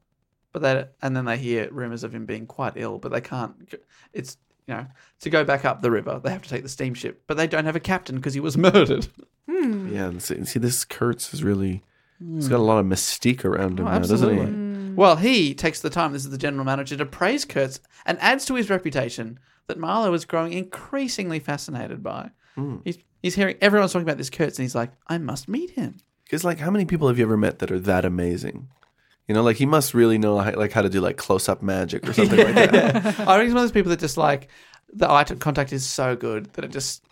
C: but they, and then they hear rumors of him being quite ill, but they can't. g- It's, you know, to go back up the river, they have to take the steamship, but they don't have a captain because he was murdered.
E: Mm.
D: Yeah. And see, see, this Kurtz is really. He's got a lot of mystique around
E: Oh,
D: him, now, doesn't he?
C: Oh,
E: Mm.
C: Well, he takes the time, this is the general manager, to praise Kurtz and adds to his reputation that Marlowe is growing increasingly fascinated by.
D: Hmm.
C: He's, he's hearing everyone's talking about this Kurtz and he's like, I must meet him.
D: Because like, how many people have you ever met that are that amazing? You know, like he must really know how, like how to do like close up magic or something like that.
C: I reckon he's one of those people that just like, the eye contact is so good that it just,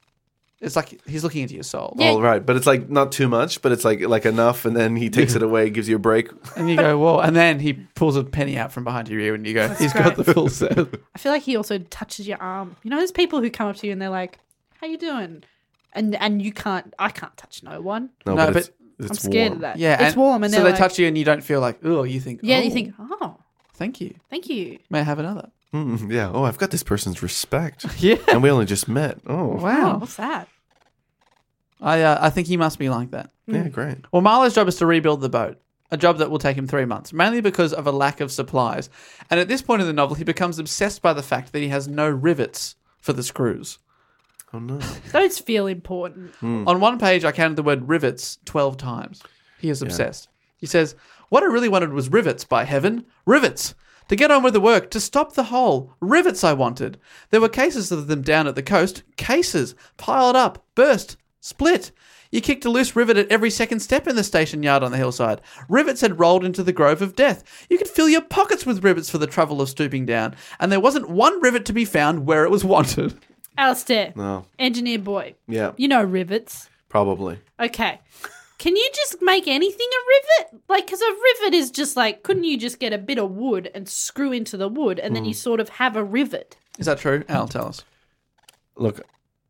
C: it's like he's looking into your soul.
E: Yeah.
D: All right, but it's like not too much, but it's like like enough, and then he takes it away, gives you a break.
C: And you go, whoa. And then he pulls a penny out from behind your ear and you go, He's got the full set.
E: I feel like he also touches your arm. You know, there's people who come up to you and they're like, "How you doing?" And and you can't. I can't touch no one.
D: No,
C: No,
D: but, it's,
E: I'm
D: it's
E: scared
D: warm.
E: of that.
C: Yeah.
E: it's warm, and
C: so
E: they're
C: they
E: like,
C: touch you and you don't feel like, oh, you think,
E: Yeah, you
C: "Oh,
E: think, "Oh,
C: Thank you.
E: thank you."
C: May I have another?
D: Mm, yeah. Oh, I've got this person's respect.
C: Yeah.
D: and we only just met. Oh,
E: Oh,
C: Wow.
E: what's that?
C: I uh, I think he must be like that.
D: Yeah, great.
C: Well, Marlowe's job is to rebuild the boat, a job that will take him three months, mainly because of a lack of supplies. And at this point in the novel, he becomes obsessed by the fact that he has no rivets for the screws.
D: Oh no.
E: Those feel important.
D: Hmm.
C: On one page, I counted the word rivets 12 times. He is obsessed. He says, What I really wanted was rivets, by heaven. Rivets! To get on with the work, to stop the hole. Rivets I wanted. There were cases of them down at the coast. Cases. Piled up. Burst. Split. You kicked a loose rivet at every second step in the station yard on the hillside. Rivets had rolled into the grove of death. You could fill your pockets with rivets for the trouble of stooping down, and there wasn't one rivet to be found where it was wanted.
E: Alistair,
D: No.
E: engineer boy,
D: Yeah.
E: you know rivets.
D: Probably.
E: Okay. Can you just make anything a rivet? Like, because a rivet is just like, couldn't you just get a bit of wood and screw into the wood and then you
D: Hmm.
E: sort of have a rivet?
C: Is that true? Al, tell us.
D: Look,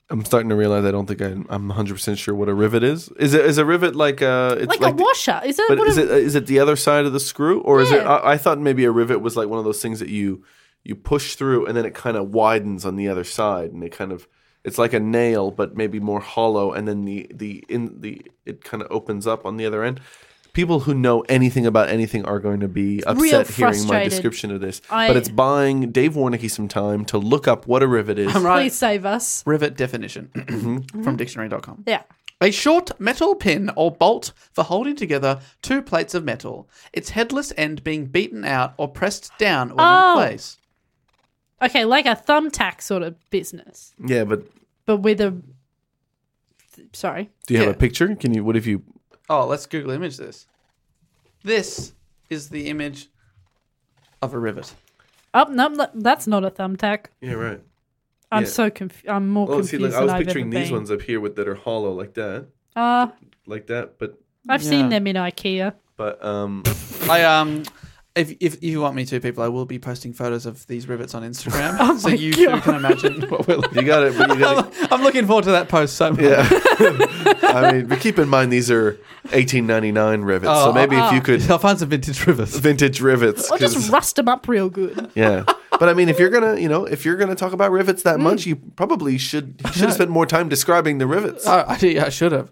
D: I'm starting to realize I don't think I, I'm 100 percent sure what a rivet is. Is it is a rivet like a it's
E: Like, a
D: the-
E: washer. Is that
D: But
E: what
D: is
E: a,
D: it uh, is it the other side of the screw, or is it?
E: Yeah.
D: I, I thought maybe a rivet was like one of those things that you you push through and then it kind of widens on the other side, and it kind of it's like a nail, but maybe more hollow, and then the the in the it kind of opens up on the other end. People who know anything about anything are going to be upset hearing my
E: frustrated.
D: description of this.
E: I-
D: but it's buying Dave Warnicky some time to look up what a rivet is.
C: I'm right.
E: Please save us.
C: Rivet definition from dictionary.com.
E: Yeah.
C: A short metal pin or bolt for holding together two plates of metal, its headless end being beaten out or pressed down when
E: Oh.
C: in place.
E: Okay, like a thumbtack sort of business,
D: Yeah, but
E: but with a. Sorry.
D: do you have
C: Yeah.
D: a picture? Can you? What if you?
C: Oh, let's Google image this. This is the image of a rivet.
E: Oh, no, no, that's not a thumbtack.
D: Yeah, right.
E: I'm
D: Yeah.
E: so confused. I'm more
D: Oh,
E: confused
D: see, like,
E: than
D: I was
E: I've
D: picturing
E: ever
D: these
E: been.
D: ones up here with that are hollow like that,
E: Uh,
D: like that, but
E: I've
C: Yeah.
E: seen them in IKEA.
D: But um,
C: I um if, if if you want me to, people, I will be posting photos of these rivets on Instagram. so you too can imagine what we're looking
D: you got it. But you got
C: I'm looking forward to that post so much.
D: Yeah. I mean, but keep in mind these are 1899 rivets,
E: Ah.
D: so maybe if you could
C: I'll find some vintage rivets.
D: vintage rivets.
E: Or just
D: 'cause-
E: rust them up real good.
D: yeah. But I mean, if you're gonna, you know, if you're gonna talk about rivets
E: Mm.
D: that much, you probably should you should have spent more time describing the rivets.
C: Oh, I, I should have.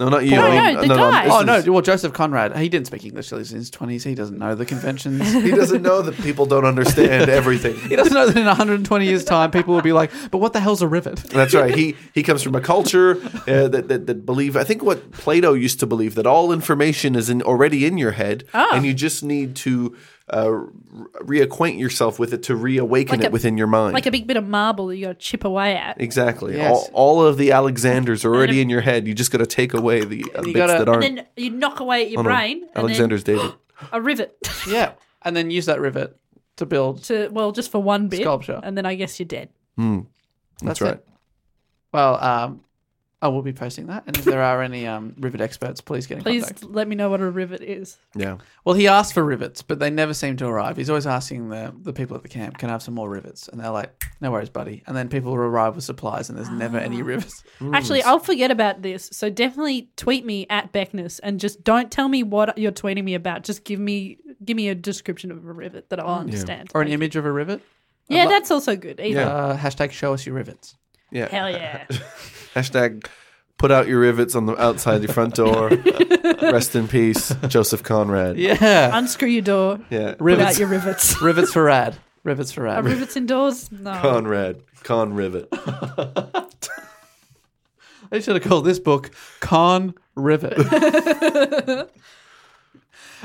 D: No, not you.
E: Ah. No,
D: I mean,
E: no, the guy.
D: this
C: Oh
D: is-
C: no! Well, Joseph Conrad, he didn't speak English till he's in his twenties. He doesn't know the conventions.
D: He doesn't know that people don't understand everything.
C: he doesn't know that in 120 years' time, people will be like, "But what the hell's a rivet?"
D: That's right. He he comes from a culture uh, that, that that believe. I think what Plato used to believe that all information is in, already in your head,
E: Ah.
D: and you just need to uh, re- reacquaint yourself with it to reawaken
E: Like
D: it
E: a-
D: within your mind.
E: Like a big bit of marble that you got to chip away at.
D: exactly.
C: Yes.
D: All, all of the Alexanders are already in your head. You just got to take away the uh, bits
C: gotta-
D: that
C: and
D: aren't.
E: And then you knock away at your
D: Oh, no.
E: brain. and then
D: Alexander's David.
E: A rivet.
C: Yeah, and then use that rivet to build.
E: to, well, just for one bit.
C: Sculpture.
E: And then I guess you're dead.
D: That's,
C: it.
D: right.
C: Well, um, I will be posting that, and if there are any um, rivet experts, please get in
E: Please
C: contact.
E: let me know what a rivet is.
D: Yeah.
C: Well, he asked for rivets, but they never seem to arrive. He's always asking the the people at the camp, "Can I have some more rivets?" And they're like, "No worries, buddy." And then people arrive with supplies, and there's never any rivets.
E: Actually, I'll forget about this. So definitely tweet me at Beckness and just don't tell me what you're tweeting me about. Just give me give me a description of a rivet that I'll understand.
C: Or an image of a rivet.
E: yeah, that's also good. Either.
C: Uh, hashtag show us your rivets.
D: Yeah.
E: Hell yeah.
D: Hashtag put out your rivets on the outside your front door. Rest in peace, Joseph Conrad.
C: Yeah.
E: Unscrew your door.
D: Yeah.
E: Put
C: Rivets.
E: out your rivets.
C: Rivets for rad. Rivets for
E: Are
C: rad.
E: rivets indoors? No.
D: Conrad. Con rivet.
C: They should have called this book Con Rivet.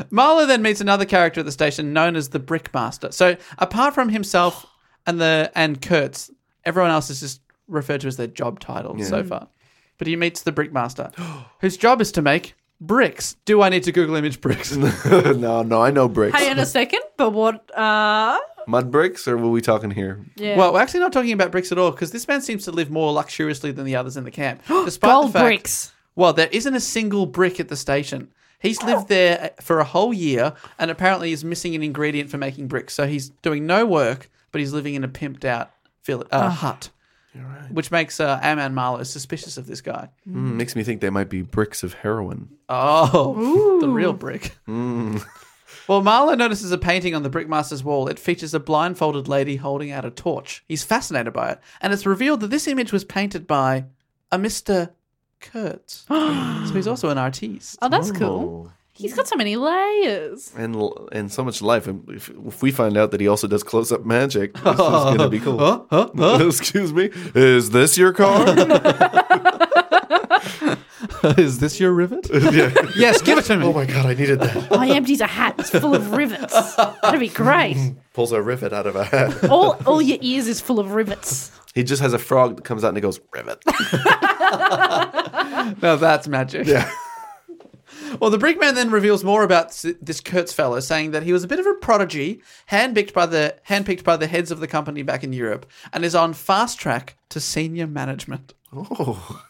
C: Marlowe then meets another character at the station known as the Brickmaster. So apart from himself and the and Kurtz, everyone else is just referred to as their job title so far. But he meets the Brickmaster, whose job is to make bricks. Do I need to Google image bricks?
D: no, no, I know bricks.
E: Hey, in a second, but what? Uh,
D: Mud bricks, or were we talking here?
E: yeah.
C: Well, we're actually not talking about bricks at all because this man seems to live more luxuriously than the others in the camp. Despite
E: Gold
C: the fact,
E: bricks.
C: Well, there isn't a single brick at the station. He's lived there for a whole year and apparently is missing an ingredient for making bricks. So he's doing no work, but he's living in a pimped out vill- uh, hut, which makes uh, Aman Marlowe suspicious of this guy.
D: Mm, makes me think they might be bricks of heroin.
C: Oh, the real brick. Well, Marlowe notices a painting on the brickmaster's wall. It features a blindfolded lady holding out a torch. He's fascinated by it, and it's revealed that this image was painted by a Mr. Kurtz. so he's also an artiste.
E: Oh, that's cool. He's got so many layers.
D: And l- and so much life. And if, if we find out that he also does close up magic, this is gonna be cool. Excuse me. Is this your car?
C: Is this your rivet?
D: Yeah.
C: yes, give it to me.
D: Oh my god, I needed that.
E: I empties a hat. It's full of rivets. That'd be great.
D: Pulls a rivet out of a hat.
E: All all your ears is full of rivets.
D: He just has a frog that comes out and he goes rivet.
C: Now that's magic.
D: Yeah.
C: Well, the Brickman then reveals more about s- this Kurtz fellow, saying that he was a bit of a prodigy, handpicked by the handpicked by the heads of the company back in Europe, and is on fast track to senior management.
D: Oh,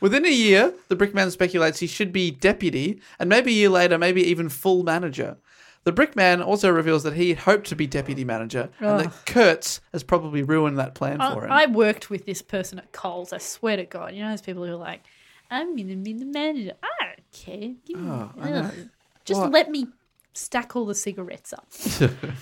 C: Within a year, the Brickman speculates he should be deputy, and maybe a year later, maybe even full manager. The Brickman also reveals that he had hoped to be deputy manager, and that Kurtz has probably ruined that plan for him.
E: Uh, I, I worked with this person at Coles. I swear to God, you know those people who are like, "I'm gonna be the manager. I don't care. Give me-
C: Oh,
E: ugh. Just let me stack all the cigarettes up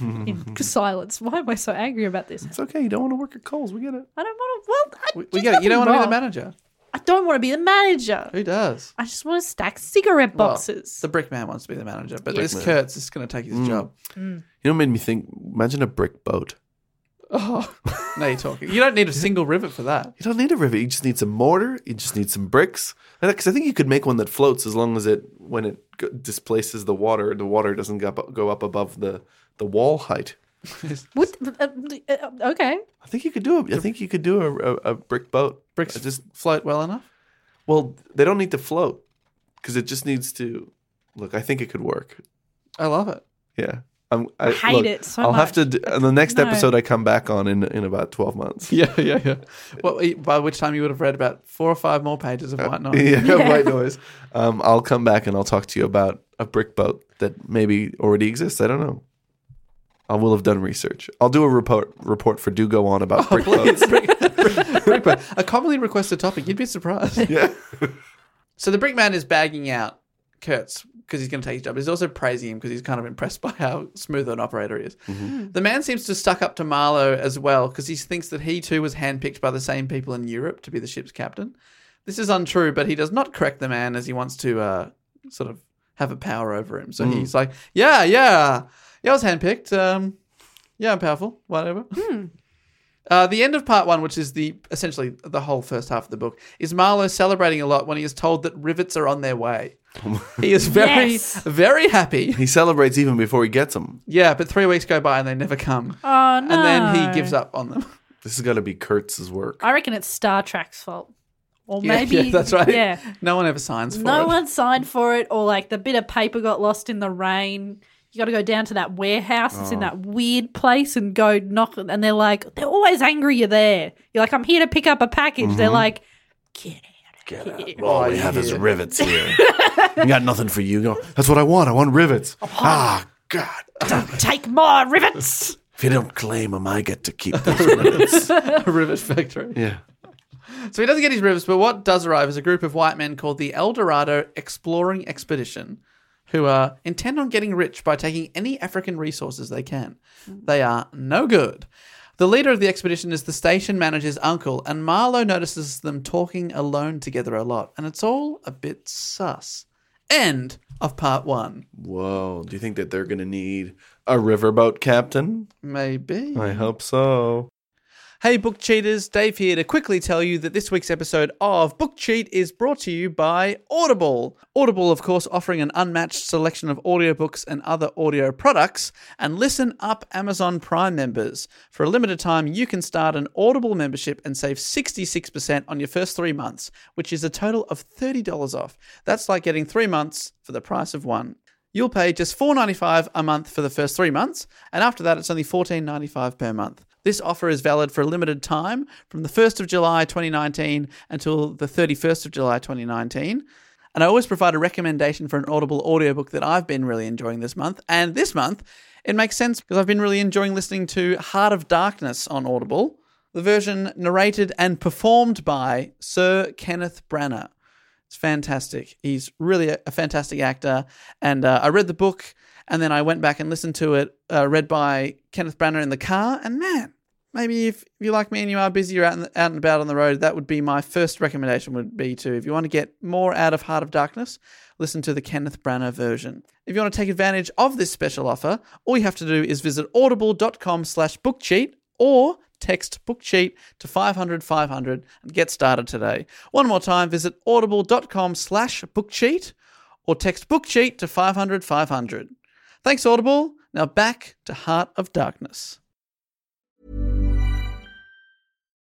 E: in silence." Why am I so angry about this?
D: it's okay. You don't want to work at Coles. We get it.
E: I don't want to. Well, I,
C: we, we
E: there's
C: get it. You don't want
E: nothing
C: to be the
E: wrong.
C: manager.
E: I don't want to be the manager.
C: Who does?
E: I just want to stack cigarette
C: Well,
E: boxes.
C: the Brickman wants to be the manager, but this Kurtz is going to take his job.
D: You know, what made me think. Imagine a brick boat.
C: Now you're talking. You don't need a single rivet for that.
D: You don't need a rivet. You just need some mortar. You just need some bricks. Because I think you could make one that floats as long as it, when it g- displaces the water, the water doesn't go up, go up above the, the wall height.
E: Would, uh, uh, okay.
D: I think you could do it. I think you could do a, a, a brick boat.
C: Bricks
D: I just
C: just float well enough.
D: well, they don't need to float because it just needs to look. I think it could work.
C: I love it.
D: Yeah. I'm, I,
E: hate
D: look,
E: it so
D: I'll have
E: much.
D: to. d- on the next
E: No.
D: episode I come back on in in about twelve months.
C: Yeah, yeah, yeah. Well, e- by which time you would have read about four or five more pages of White Noise.
D: yeah, white noise. Um, I'll come back and I'll talk to you about a brick boat that maybe already exists. I don't know. I will have done research. I'll do a report report for Do Go On about brick boats.
C: Brickman, a commonly requested topic. You'd be surprised.
D: Yeah.
C: So the Brickman is bagging out Kurtz because he's going to take his job. He's also praising him because he's kind of impressed by how smooth an operator he is. The man seems to stuck up to Marlowe as well because he thinks that he too was handpicked by the same people in Europe to be the ship's captain. This is untrue, but he does not correct the man as he wants to uh, sort of have a power over him. So
E: Hmm.
C: he's like, "Yeah, yeah, yeah, I was handpicked. Um, yeah, I'm powerful. Whatever."
E: Hmm.
C: Uh, the end of part one, which is the essentially the whole first half of the book, is Marlowe celebrating a lot when he is told that rivets are on their way. he is very,
E: Yes.
C: very happy.
D: He celebrates even before he gets them.
C: Yeah, but three weeks go by and they never come.
E: Oh no.
C: And then he gives up on them.
D: This has got to be Kurtz's work.
E: I reckon it's Star Trek's fault, or
C: Yeah,
E: maybe
C: yeah, that's right.
E: Yeah.
C: No one ever signs for
E: no
C: it.
E: one signed for it or like the bit of paper got lost in the rain you got to go down to that warehouse it's
C: Oh.
E: in that weird place and go knock and they're like they're always angry you're there you're like i'm here to pick up a package
C: Mm-hmm.
E: they're like get out of here
D: All Oh, we have is rivets here. we got nothing for you. No, That's what I want. I want rivets. Ah, God.
E: take more rivets
D: If you don't claim them, I get to keep those rivets.
C: a rivet factory.
D: yeah.
C: So he doesn't get his rivets, but what does arrive is a group of white men called the El Dorado Exploring Expedition, who are intent on getting rich by taking any African resources they can. They are no good. The leader of the expedition is the station manager's uncle, and Marlowe notices them talking alone together a lot, and it's all a bit sus. End of part one.
D: Whoa. Do you think that they're going to need a riverboat captain?
C: Maybe.
D: I hope so.
C: Hey, book cheaters, Dave here to quickly tell you that this week's episode of Book Cheat is brought to you by Audible. Audible, of course, offering an unmatched selection of audiobooks and other audio products. And listen up, Amazon Prime members. For a limited time, you can start an Audible membership and save 66% on your first three months, which is a total of $30 off. That's like getting three months for the price of one. You'll pay just $4.95 a month for the first three months, and after that, it's only $14.95 per month. This offer is valid for a limited time from the 1st of July 2019 until the 31st of July 2019. And I always provide a recommendation for an Audible audiobook that I've been really enjoying this month. And this month, it makes sense because I've been really enjoying listening to Heart of Darkness on Audible, the version narrated and performed by Sir Kenneth Branagh. It's fantastic. He's really a, a fantastic actor. And uh, I read the book and then I went back and listened to it, uh, read by Kenneth Branagh in the car. And man, maybe if you're like me and you are busy, you're out and, out and about on the road, that would be my first recommendation would be to, if you want to get more out of Heart of Darkness, listen to the Kenneth Branagh version. If you want to take advantage of this special offer, all you have to do is visit audible.com slash bookcheat or text bookcheat to 500 500 and get started today. One more time, visit audible.com slash bookcheat or text bookcheat to 500 500. Thanks, Audible. Now back to Heart of Darkness.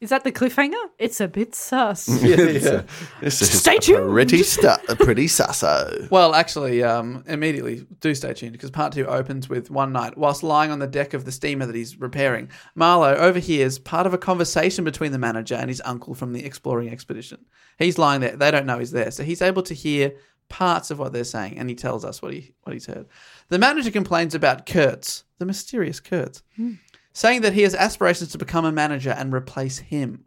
E: Is that the cliffhanger? It's a bit sus.
D: It's a- this is
E: Stay tuned.
D: Pretty, stu- pretty sasso.
C: Well, actually, um, immediately do stay tuned because part two opens with one night whilst lying on the deck of the steamer that he's repairing. Marlowe overhears part of a conversation between the manager and his uncle from the exploring expedition. He's lying there; they don't know he's there, so he's able to hear parts of what they're saying, and he tells us what he what he's heard. The manager complains about Kurtz, the mysterious Kurtz, saying that he has aspirations to become a manager and replace him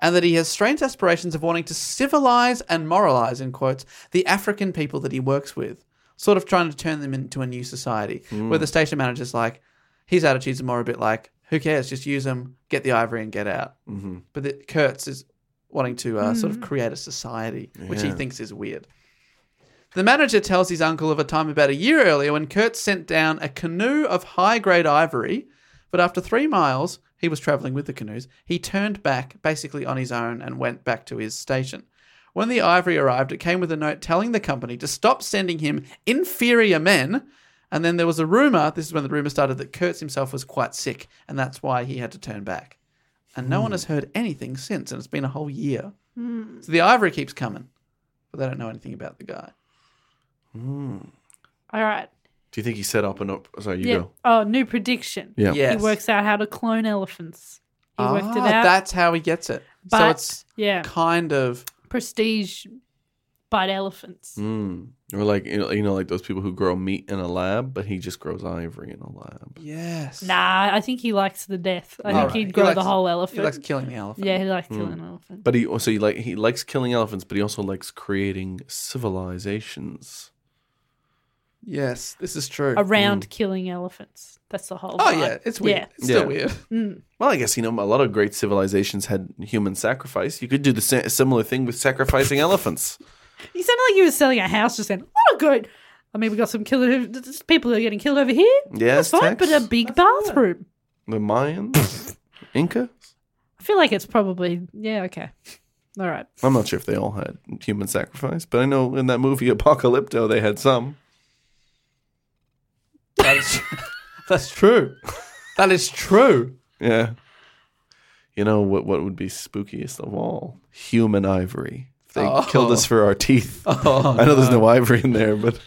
C: and that he has strange aspirations of wanting to civilize and moralize, in quotes, the African people that he works with, sort of trying to turn them into a new society. Where the station manager's like, his attitudes are more a bit like, who cares? Just use them, get the ivory, and get out. Mm-hmm. But the, Kurtz is wanting to uh, sort of create a society, which he thinks is weird. The manager tells his uncle of a time about a year earlier when Kurtz sent down a canoe of high grade ivory, but after three miles, he was traveling with the canoes, he turned back basically on his own and went back to his station. When the ivory arrived, it came with a note telling the company to stop sending him inferior men. And then there was a rumor, this is when the rumor started, that Kurtz himself was quite sick, and that's why he had to turn back. And no one
E: Hmm.
C: has heard anything since, and it's been a whole year. So the ivory keeps coming, but they don't know anything about the guy.
E: All right.
D: Do you think he set up an op- sorry, you
E: yeah.
D: go.
E: Oh, new prediction.
D: Yeah.
C: Yes.
E: He works out how to clone elephants. He worked it
C: Ah,
E: out.
C: That's how he gets it. so
E: But-
C: it's
E: yeah.
C: kind of
E: Prestige, but elephants.
D: Mm. Or like you know, you know, like those people who grow meat in a lab, but he just grows ivory in a lab.
C: yes.
E: Nah, I think he likes the death. I
C: All
E: think
C: right. He
E: he'd grow
C: likes-
E: the whole
C: He likes
E: elephant.
C: killing Mm. the elephant.
E: yeah, he likes killing an elephant.
D: But he also he like he likes killing elephants, but he also likes creating civilizations. Hmm.
C: Yes, this is true.
E: Around killing elephants. That's the whole
C: mm. oh
E: vibe.
C: yeah, it's weird.
E: Yeah.
C: It's still
D: Yeah.
C: weird.
D: Well, I guess you know a lot of great civilizations had human sacrifice. You could do the sa- similar thing with sacrificing elephants.
E: You sounded like you were selling a house just then. Oh, good. I mean, we got some killer people who are getting killed over here.
D: Yeah,
E: That's fine, but
D: Aztecs.
E: a big bathroom.
D: The Mayans, Inca.
E: I feel like it's probably, yeah, okay. All right.
D: I'm not sure if they all had human sacrifice, but I know in that movie Apocalypto they had some.
C: That's, that's true. That is true.
D: Yeah. You know what? What would be spookiest of all? Human ivory. If they
C: Oh.
D: killed us for our teeth. I know there's no ivory in there, but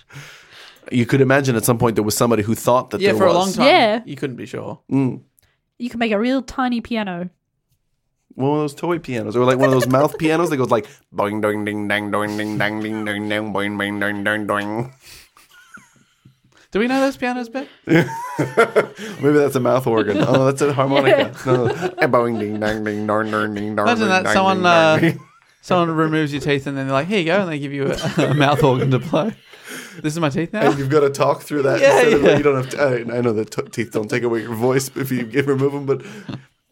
D: you could imagine at some point there was somebody who thought that
C: yeah,
D: there
C: for
D: was.
C: a long time.
E: Yeah.
C: you couldn't be sure.
E: You can make a real tiny piano.
D: One of those toy pianos, or like one of those mouth pianos that goes like boing, doing, ding, dang, doing, ding, dang, ding, ding, dang, boing, boing, doing, doing, doing.
C: Do we know those pianos, Ben?
D: Maybe that's a mouth organ. Oh, that's a harmonica. No, boing, ding, dang, ding, dong, dong, ding, dong,
C: Imagine
D: ding,
C: that
D: dang,
C: someone
D: ding, dong,
C: uh,
D: ding.
C: someone removes your teeth and then they're like, "Here you go," and they give you a, a mouth organ to play. This is my teeth now.
D: And you've got to talk through that.
C: Yeah,
D: instead of
C: yeah.
D: like, you don't have to, I, I know that t- teeth don't take away your voice if you get, remove them, but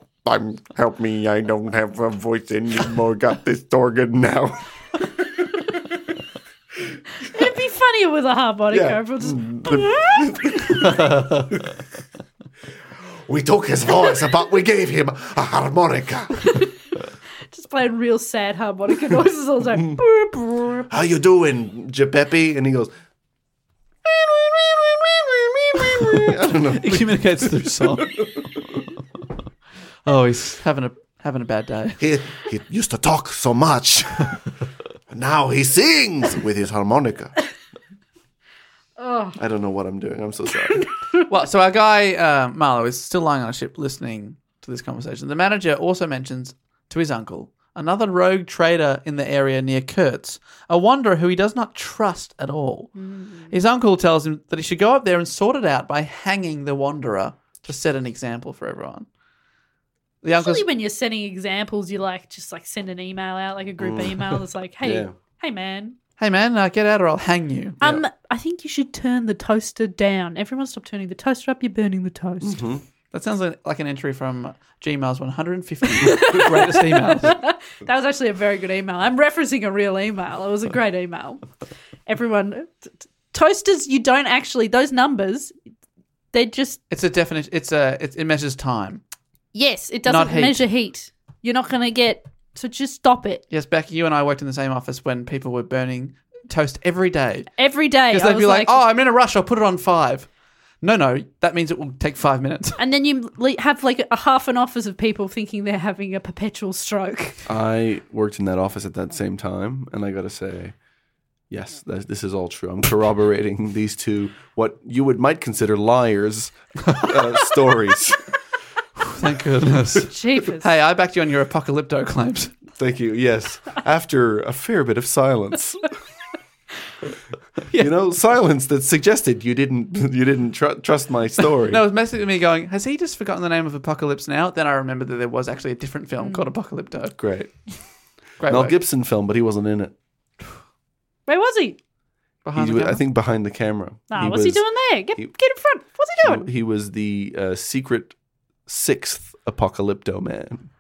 D: I'm help me. I don't have a voice anymore. Got this organ now.
E: It'd be funnier with a harmonica.
D: Yeah.
E: Everyone just,
D: we took his voice, but we gave him a harmonica.
E: just playing real sad harmonica noises all the
C: Mm.
E: time. Brr, brr.
D: How you doing, Gepepe? And he goes. I don't know.
C: He communicates through song. oh, he's having a having a bad day.
D: He, he used to talk so much. now he sings with his harmonica.
E: Oh,
D: I don't know what I'm doing. I'm so sorry.
C: Well, so our guy uh, Marlowe is still lying on a ship listening to this conversation. The manager also mentions to his uncle another rogue trader in the area near Kurtz, a wanderer who he does not trust at all. His uncle tells him that he should go up there and sort it out by hanging the wanderer to set an example for everyone. The uncle's
E: Usually when you're sending examples, you like just like send an email out, like a group
C: Mm.
E: email that's like, hey,
D: Yeah.
E: hey man.
C: hey man, uh, get out or I'll hang you.
E: Um, I think you should turn the toaster down. Everyone stop turning the toaster up, you're burning the toast.
C: That sounds like, like an entry from Gmail's 150 greatest emails.
E: That was actually a very good email. I'm referencing a real email. It was a great email. Everyone, t- t- toasters, you don't actually, those numbers, they're just,
C: It's a definition. It's a it, it measures time.
E: yes, it
C: Not
E: doesn't
C: heat.
E: measure heat. You're not going to get, so just stop it.
C: Yes, Becky, you and I worked in the same office when people were burning toast every day.
E: Every day.
C: Because
E: I
C: they'd
E: was
C: be like, oh, I'm in a rush. I'll put it on five. No, no, that means it will take five minutes.
E: And then you le- have like a half an office of people thinking they're having a perpetual stroke.
D: I worked in that office at that same time, and I gotta say, yes, that, this is all true. I'm corroborating these two what you would might consider liars uh, stories.
C: Thank goodness.
E: Jeepers.
C: hey, I backed you on your apocalypto claims.
D: Thank you. Yes, after a fair bit of silence. You know, silence that suggested you didn't you didn't tr- trust my story.
C: No, it was messaging me going, has he just forgotten the name of Apocalypse now? Then I remembered that there was actually a different
E: Mm.
C: film called Apocalypto.
D: great.
C: Great
D: Mel
C: work.
D: Gibson film, but he wasn't in it.
E: Where was he?
C: Behind
D: He,
C: the
D: was- I
C: camera.
D: think behind the camera.
E: Ah, what's he
D: was-
E: doing there? Get,
D: he-
E: get in front. What's he doing?
D: He, he was the uh, secret sixth apocalypto man.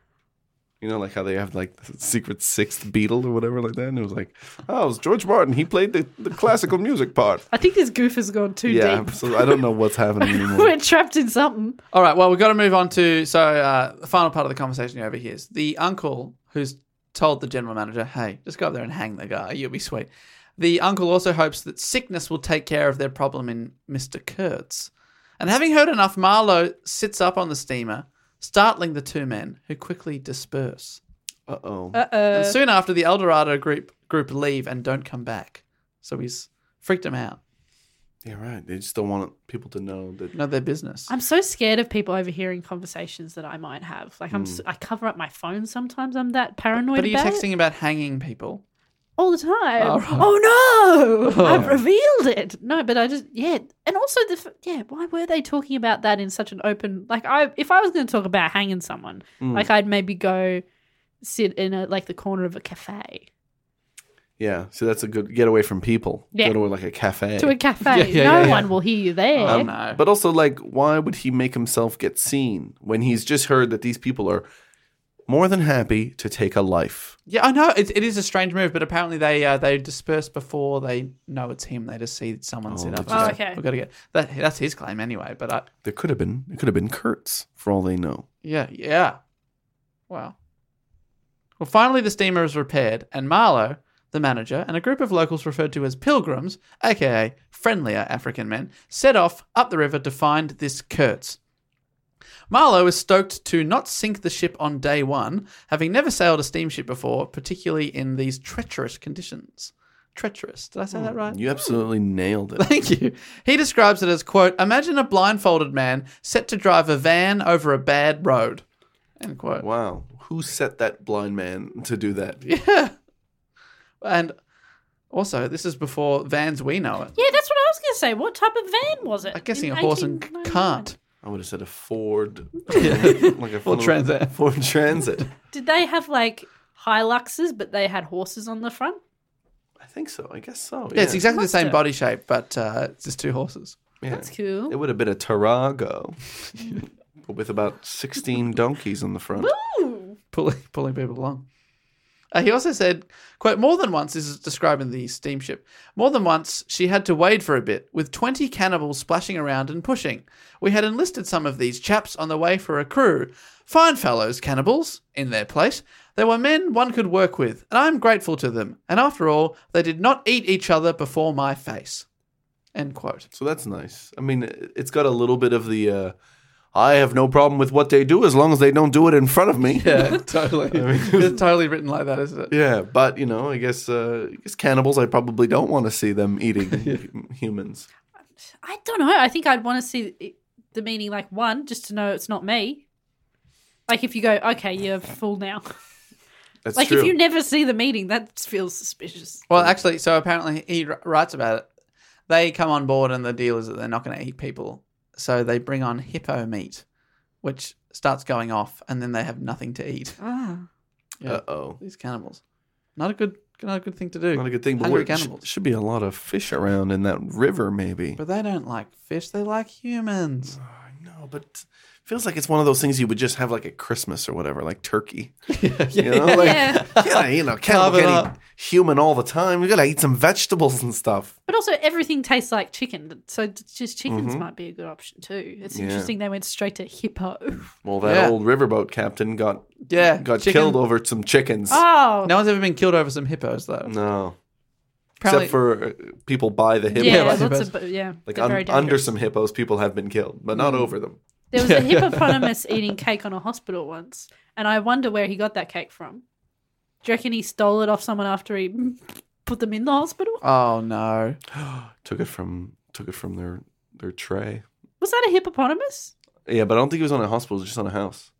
D: You know, like how they have like the secret sixth Beatle or whatever like that. And it was like, oh, it was George Martin. He played the, the classical music part.
E: I think this goof has gone too
D: yeah,
E: deep.
D: so I don't know what's happening anymore.
E: We're trapped in something.
C: All right, well, we've got to move on to. So, uh, the final part of the conversation over here is the uncle who's told the general manager, hey, just go up there and hang the guy. You'll be sweet. The uncle also hopes that sickness will take care of their problem in Mr. Kurtz. And having heard enough, Marlowe sits up on the steamer, startling the two men, who quickly disperse.
D: Uh oh.
C: and soon after, the Eldorado group, group leave and don't come back. So he's freaked them out.
D: Yeah, right. They just don't want people to know that.
C: Know their business.
E: I'm so scared of people overhearing conversations that I might have. Like I'm, s I cover up my phone sometimes. I'm that paranoid.
C: but are you
E: about it.
C: texting about hanging people?
E: all the time?
C: Oh, right.
E: Oh no! I've revealed it. No, but I just yeah, and also the f- yeah. Why were they talking about that in such an open? Like I, if I was going to talk about hanging someone,
C: Mm.
E: like I'd maybe go sit in a like the corner of a cafe
D: Yeah, so that's a good get away from people.
E: Yeah.
D: Go to like a cafe.
E: to a cafe.
C: Yeah, yeah,
E: no
C: yeah, yeah.
E: one will hear you there.
C: Oh, no.
D: But also, like, why would he make himself get seen when he's just heard that these people are more than happy to take a life?
C: Yeah, I know it, it is a strange move, but apparently they uh, they disperse before they know it's him. They just see someone sit up.
E: Oh,
C: and
E: okay.
C: We gotta get that. That's his claim anyway. But I,
D: There could have been it could have been Kurtz for all they know.
C: yeah, yeah. Wow. Well, finally, the steamer is repaired, and Marlowe, the manager, and a group of locals referred to as pilgrims, aka friendlier African men, set off up the river to find this Kurtz. Marlowe is stoked to not sink the ship on day one, having never sailed a steamship before, particularly in these treacherous conditions. Treacherous. Did I say that right?
D: Hmm. You absolutely nailed it.
C: Thank you. He describes it as quote, imagine a blindfolded man set to drive a van over a bad road. End quote.
D: Wow. Who set that blind man to do that?
C: And also, this is before vans we know it.
E: Yeah, that's what I was going to say. What type of van was it?
C: I'm guessing
E: In
C: a horse and
E: 1899?
C: cart.
D: I would have said a Ford. like a Ford
C: Transit.
D: Ford Transit.
E: Did they have like Hiluxes, but they had horses on the front?
D: I think so. I guess so.
C: Yeah, it's exactly the
E: Must
C: same
E: have.
C: body shape, but uh, it's just two horses.
D: Yeah.
E: That's cool.
D: It would have been a Tarago, but with about 16 donkeys on the front.
C: pulling pulling people along. Uh, he also said, "quote More than once, this is describing the steamship. More than once, she had to wade for a bit, with twenty cannibals splashing around and pushing. We had enlisted some of these chaps on the way for a crew. Fine fellows, cannibals, in their place. They were men one could work with, and I am grateful to them. And after all, they did not eat each other before my face." End quote.
D: So that's nice. I mean, it- it's got a little bit of the uh, I have no problem with what they do as long as they don't do it in front of me.
C: Yeah, totally. it's totally written like that, isn't it?
D: Yeah, but you know, I guess uh, I guess cannibals. I probably don't want to see them eating hu- humans.
E: I don't know. I think I'd want to see it- the meaning, like one, just to know it's not me. Like if you go, okay, you're a fool now.
D: That's
E: like
D: true.
E: if you never see the meaning, that feels suspicious.
C: Well, actually, so apparently he wr- writes about it. They come on board, and the deal is that they're not going to eat people. So they bring on hippo meat, which starts going off, and then they have nothing to eat.
E: Ah.
C: Yeah.
D: Uh-oh.
C: These cannibals. Not a good, not a good thing to do.
D: Not a good thing, but
C: Hungry
D: there
C: cannibals.
D: should be a lot of fish around in that river, maybe.
C: But they don't like fish. They like humans.
D: No, but feels like it's one of those things you would just have like at Christmas or whatever, like turkey. You know, like
E: Yeah.
D: yeah, you know, cannibal
C: Carve it
D: can
C: up.
D: eat human all the time. You gotta eat some vegetables and stuff.
E: But also, everything tastes like chicken, so d- just chickens might be a good option too. It's
D: Mm-hmm. Yeah.
E: interesting they went straight to hippo.
D: Well, that
C: Yeah.
D: old riverboat captain got
C: Yeah,
D: got
C: chicken.
D: killed over some chickens.
E: Oh,
C: No one's ever been killed over some hippos though.
D: No,
C: Apparently-
D: Mm. except for uh, people by the hippos.
E: yeah,
C: like
E: lots
C: hippos.
E: of yeah.
D: Like
E: they're
D: un-
E: very
D: under
E: dangerous.
D: some hippos, people have been killed, but
C: Mm.
D: not over them.
E: There was a hippopotamus eating cake on a hospital once, and I wonder where he got that cake from. Do you reckon he stole it off someone after he put them in the hospital?
C: Oh no.
D: Took it from took it from their their tray.
E: Was that a hippopotamus?
D: Yeah, but I don't think he was on a hospital; he was just on a house.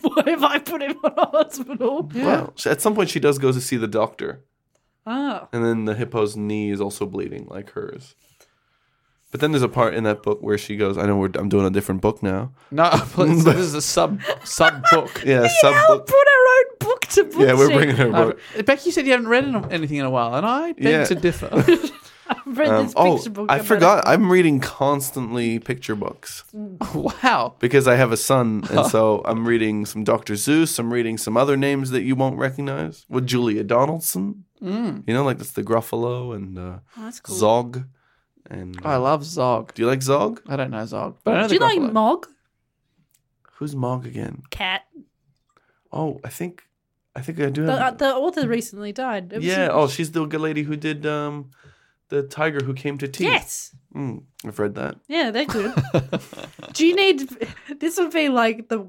E: What if I put him on a hospital?
D: Well, she- at some point, she does go to see the doctor,
E: Oh,
D: and then the hippo's knee is also bleeding, like hers. But then there's a part in that book where she goes, "I know we're, I'm doing a different book now."
C: No, please, this is a sub sub book.
D: Yeah, sub
E: Al
D: book.
E: put her own book to book.
D: Yeah, we're
E: sale.
D: bringing her
C: No,
D: book.
C: Becky, you said you haven't read in- anything in a while, and I beg
D: Yeah.
C: to differ.
E: I've read
D: Um,
E: this
D: oh,
E: picture book.
D: I
E: about
D: forgot.
E: it.
D: I'm reading constantly picture books.
C: wow.
D: because I have a son, and so I'm reading some Dr. Zeus. I'm reading some other names that you won't recognize. With Julia Donaldson, you know, like that's the Gruffalo and uh,
E: Oh, that's cool.
D: Zog. And uh,
C: I love Zog.
D: do you like Zog?
C: I don't know Zog, but I know
E: Do you
C: the
E: like
C: Gruffalo.
E: Mog?
D: Who's Mog again?
E: Cat.
D: Oh, I think, I think I do
E: The, uh,
D: have.
E: the author recently died. It was-
D: yeah. Oh, she's the good lady who did um, the tiger who came to tea.
E: Yes.
D: Mm, I've read that.
E: Yeah, they're good. Do you need this? Would be like the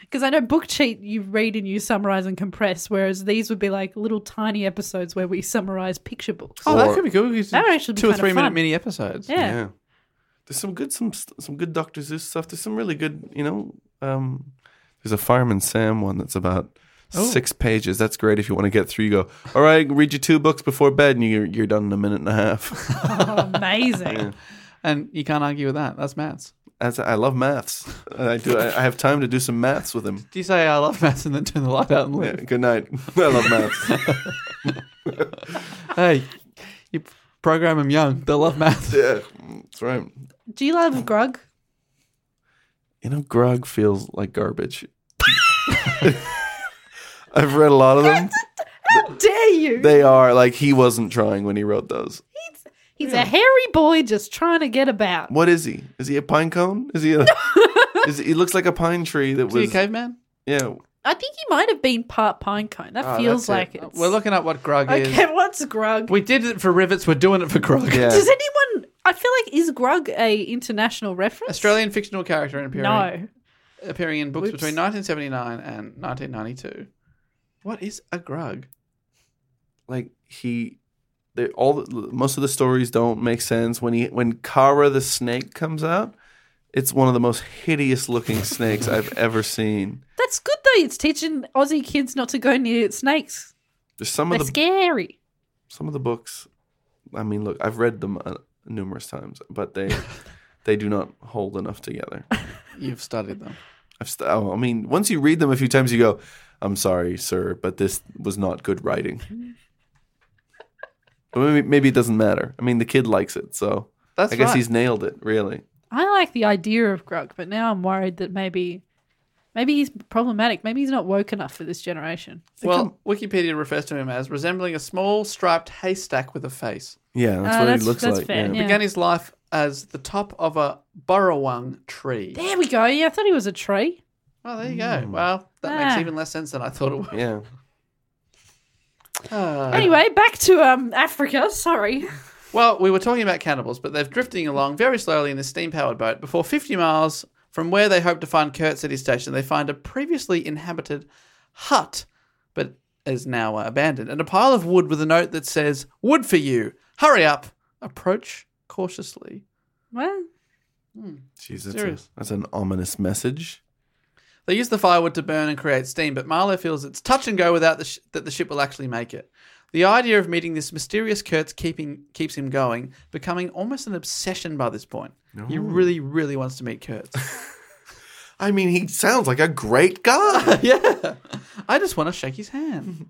E: because I know book cheat you read and you summarize and compress, whereas these would be like little tiny episodes where we summarize picture books.
C: Oh,
D: Or-
C: that could be good. We could
E: That would
C: do
E: actually be
C: two or
E: kinda
C: three minute
E: fun.
C: mini episodes.
E: yeah.
D: There's some good some some good Dr. Zeus stuff. There's some really good, you know, um there's a Fireman Sam one that's about
E: Oh.
D: six pages. That's great if you want to get through. You go, all right, read your two books before bed, and you're you're done in a minute and a half.
E: Oh, amazing.
C: And you can't argue with that. That's maths.
D: As I love maths, And I do. I, I have time to do some maths with him.
C: Do you say I love maths and then turn the light out and
D: Yeah,
C: leave?
D: good night. I love maths.
C: Hey, you program them young. They love maths.
D: yeah, that's right.
E: Do you love Grug?
D: You know, Grog feels like garbage. I've read a lot of them.
E: Dare you?
D: They are like he wasn't trying when he wrote those.
E: He's a hairy boy just trying to get about.
D: What is he? Is he a pine cone? Is he a? is he, he looks like a pine tree that
C: Is he a
D: was.
C: caveman?
D: Yeah,
E: I think he might have been part pinecone. That feels
D: Ah, that's
E: like
D: it.
E: it. it's.
C: We're looking at what Grug is.
E: okay, what's Grug?
C: We did it for rivets. We're doing it for Grog.
D: yeah.
E: Does anyone? I feel like is Grug a international reference?
C: Australian fictional character and appearing,
E: No.
C: appearing in books
E: Whoops.
C: between 1979 and 1992. What is a Grug?
D: like he, they all the, most of the stories don't make sense. When he when Kara the snake comes out, it's one of the most hideous looking snakes I've ever seen.
E: That's good though. It's teaching Aussie kids not to go near snakes.
D: There's some
E: They're
D: of the
E: scary.
D: some of the books. I mean, look, I've read them uh, numerous times, but they they do not hold enough together.
C: You've studied them.
D: I've st- oh, I mean, once you read them a few times, you go, "I'm sorry, sir, but this was not good writing." But maybe, maybe it doesn't matter. I mean, the kid likes it, so
C: That's
D: I guess
C: right.
D: he's nailed it. Really,
E: I like the idea of Grug, but now I'm worried that maybe, maybe he's problematic. Maybe he's not woke enough for this generation.
C: Well, Wikipedia refers to him as resembling a small striped haystack with a face.
D: yeah, that's
E: Uh,
D: what
E: that's-
D: he looks
E: that's
D: like.
E: fair,
D: yeah.
E: yeah.
C: Began his life as the top of a borrowung tree.
E: There we go. Yeah, I thought he was a tree.
C: Oh, there you go. Well, that makes
E: Ah.
C: even less sense than I thought it would.
D: Yeah. Uh,
C: Ah.
E: Anyway, back to um Africa. Sorry.
C: Well, we were talking about cannibals, but they're drifting along very slowly in this steam powered boat. Before 50 miles from where they hope to find Kurt City Station, they find a previously inhabited hut, but is now uh, abandoned, and a pile of wood with a note that says, Wood for you. Hurry up. Approach cautiously.
E: What?
D: Jeez, that's, a,
C: Serious.
D: that's an ominous message.
C: They use the firewood to burn and create steam, but Marlowe feels it's touch and go without the sh- that the ship will actually make it. The idea of meeting this mysterious Kurtz keeping keeps him going, becoming almost an obsession by this point. He really, really wants to meet Kurtz.
D: I mean, he sounds like a great guy.
C: yeah, I just want to shake his hand.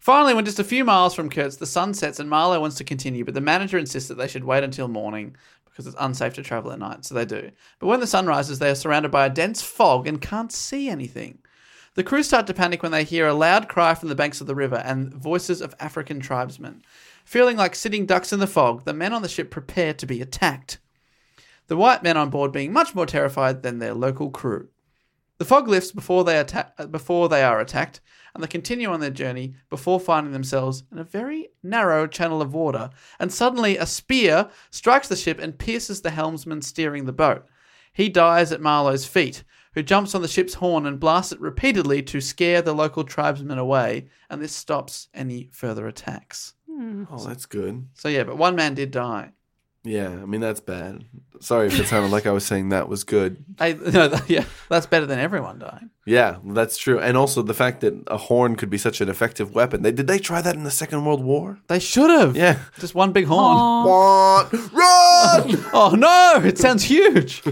C: Finally, when just a few miles from Kurtz, the sun sets and Marlowe wants to continue, but the manager insists that they should wait until morning because it's unsafe to travel at night, so they do. But when the sun rises, they are surrounded by a dense fog and can't see anything. The crew start to panic when they hear a loud cry from the banks of the river and voices of African tribesmen. Feeling like sitting ducks in the fog, the men on the ship prepare to be attacked. The white men on board being much more terrified than their local crew. The fog lifts before they attack uh, before they are attacked, and they continue on their journey before finding themselves in a very narrow channel of water. And suddenly, a spear strikes the ship and pierces the helmsman steering the boat. He dies at Marlowe's feet, who jumps on the ship's horn and blasts it repeatedly to scare the local tribesmen away. And this stops any further attacks.
D: oh, that's good.
C: So yeah, but one man did die.
D: Yeah, I mean, that's bad. Sorry if it sounded like I was saying that was good.
C: Hey, no, th- yeah, that's better than everyone dying.
D: Yeah, that's true. And also the fact that a horn could be such an effective weapon. They, did they try that in the Second World War?
C: They should have.
D: Yeah.
C: just one big horn.
D: Oh.
E: oh,
D: Want- Run!
C: Oh no, it sounds huge.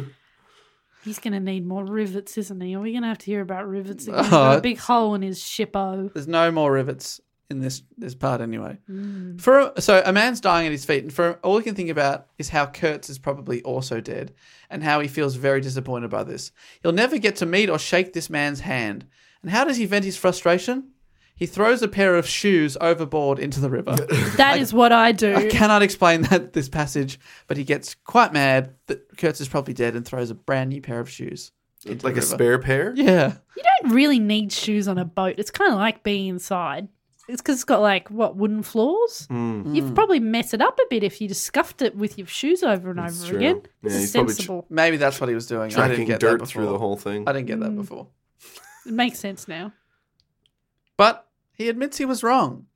E: He's going to need more rivets, isn't he? Are we going to have to hear about rivets again? He's
C: Uh,
E: got a big hole in his shippo.
C: There's no more rivets in this this part anyway. For so a man's dying at his feet, and for all he can think about is how Kurtz is probably also dead, and how he feels very disappointed by this. He'll never get to meet or shake this man's hand. And how does he vent his frustration? He throws a pair of shoes overboard into the river.
E: That is what I do.
C: I cannot explain that this passage, but he gets quite mad that Kurtz is probably dead and throws a brand new pair of shoes. into
D: like
C: the
D: a
C: river.
D: spare pair?
C: Yeah.
E: You don't really need shoes on a boat. It's kind of like being inside. It's because it's got like what wooden floors. You'd probably mess it up a bit if you just scuffed it with your shoes over and over
D: true.
E: again.
D: Yeah,
E: This is
D: you'd probably tr-
E: sensible.
C: Maybe that's what he was doing. I didn't
D: Tracking
C: get that
D: dirt
C: before.
D: through the whole thing.
C: I didn't get that before.
E: it makes sense now.
C: But he admits he was wrong.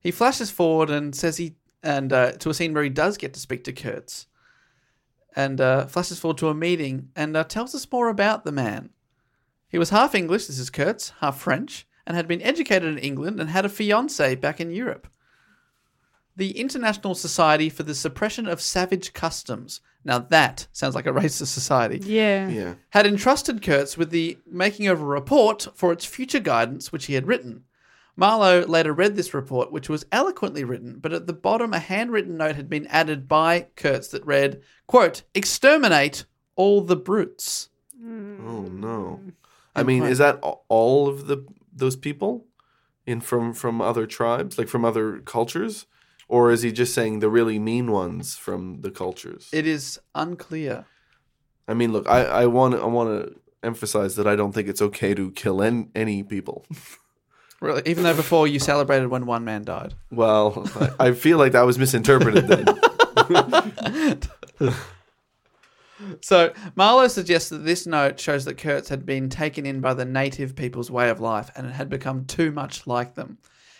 C: He flashes forward and says he and uh, to a scene where he does get to speak to Kurtz, and uh, flashes forward to a meeting and uh, tells us more about the man. He was half English. This is Kurtz, half French, and had been educated in England and had a fiance back in Europe. The International Society for the Suppression of Savage Customs. Now that sounds like a racist society
E: Yeah.
D: Yeah.
C: had entrusted Kurtz with the making of a report for its future guidance, which he had written. Marlowe later read this report, which was eloquently written, but at the bottom a handwritten note had been added by Kurtz that read, quote, exterminate all the brutes.
D: Oh no. I mean, is that a- all of the those people in from from other tribes, like from other cultures, or is he just saying the really mean ones from the cultures?
C: It is unclear.
D: I mean, look, I I want I want to emphasize that I don't think it's okay to kill any, any people.
C: Really, even though before you celebrated when one man died.
D: Well, I, I feel like that was misinterpreted then.
C: So Marlowe suggests that this note shows that Kurtz had been taken in by the native people's way of life and it had become too much like them.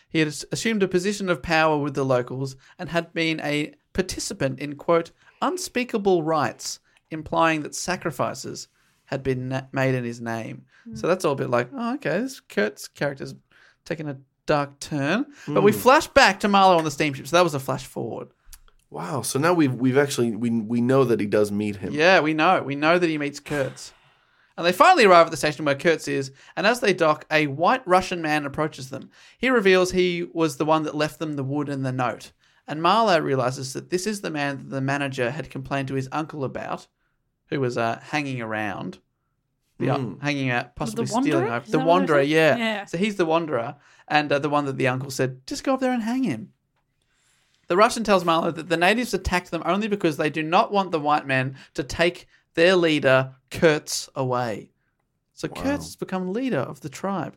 C: He had assumed a position of power with the locals and had been a participant in quote unspeakable rites, implying that sacrifices had been na- made in his name. So that's all a bit like, oh, okay, this Kurtz character's taking a dark turn. But we flash back to Marlowe on the steamship, so that was a flash forward.
D: wow. So now we've we've actually we we know that he does meet him.
C: Yeah, we know. We know that he meets Kurtz. And they finally arrive at the station where Kurtz is, and as they dock, a white Russian man approaches them. He reveals he was the one that left them the wood and the note. And Marlowe realizes that this is the man that the manager had complained to his uncle about, who was uh, hanging around. Yeah, hanging out, possibly stealing
E: Wanderer?
C: over.
E: Is
C: The
E: that what it
C: Wanderer,
E: is?
C: yeah.
E: Yeah.
C: So he's the Wanderer, and uh, the one that the uncle said, just go up there and hang him. The Russian tells Marlowe that the natives attacked them only because they do not want the white men to take their leader, Kurtz, away. So Kurtz has become leader of the tribe.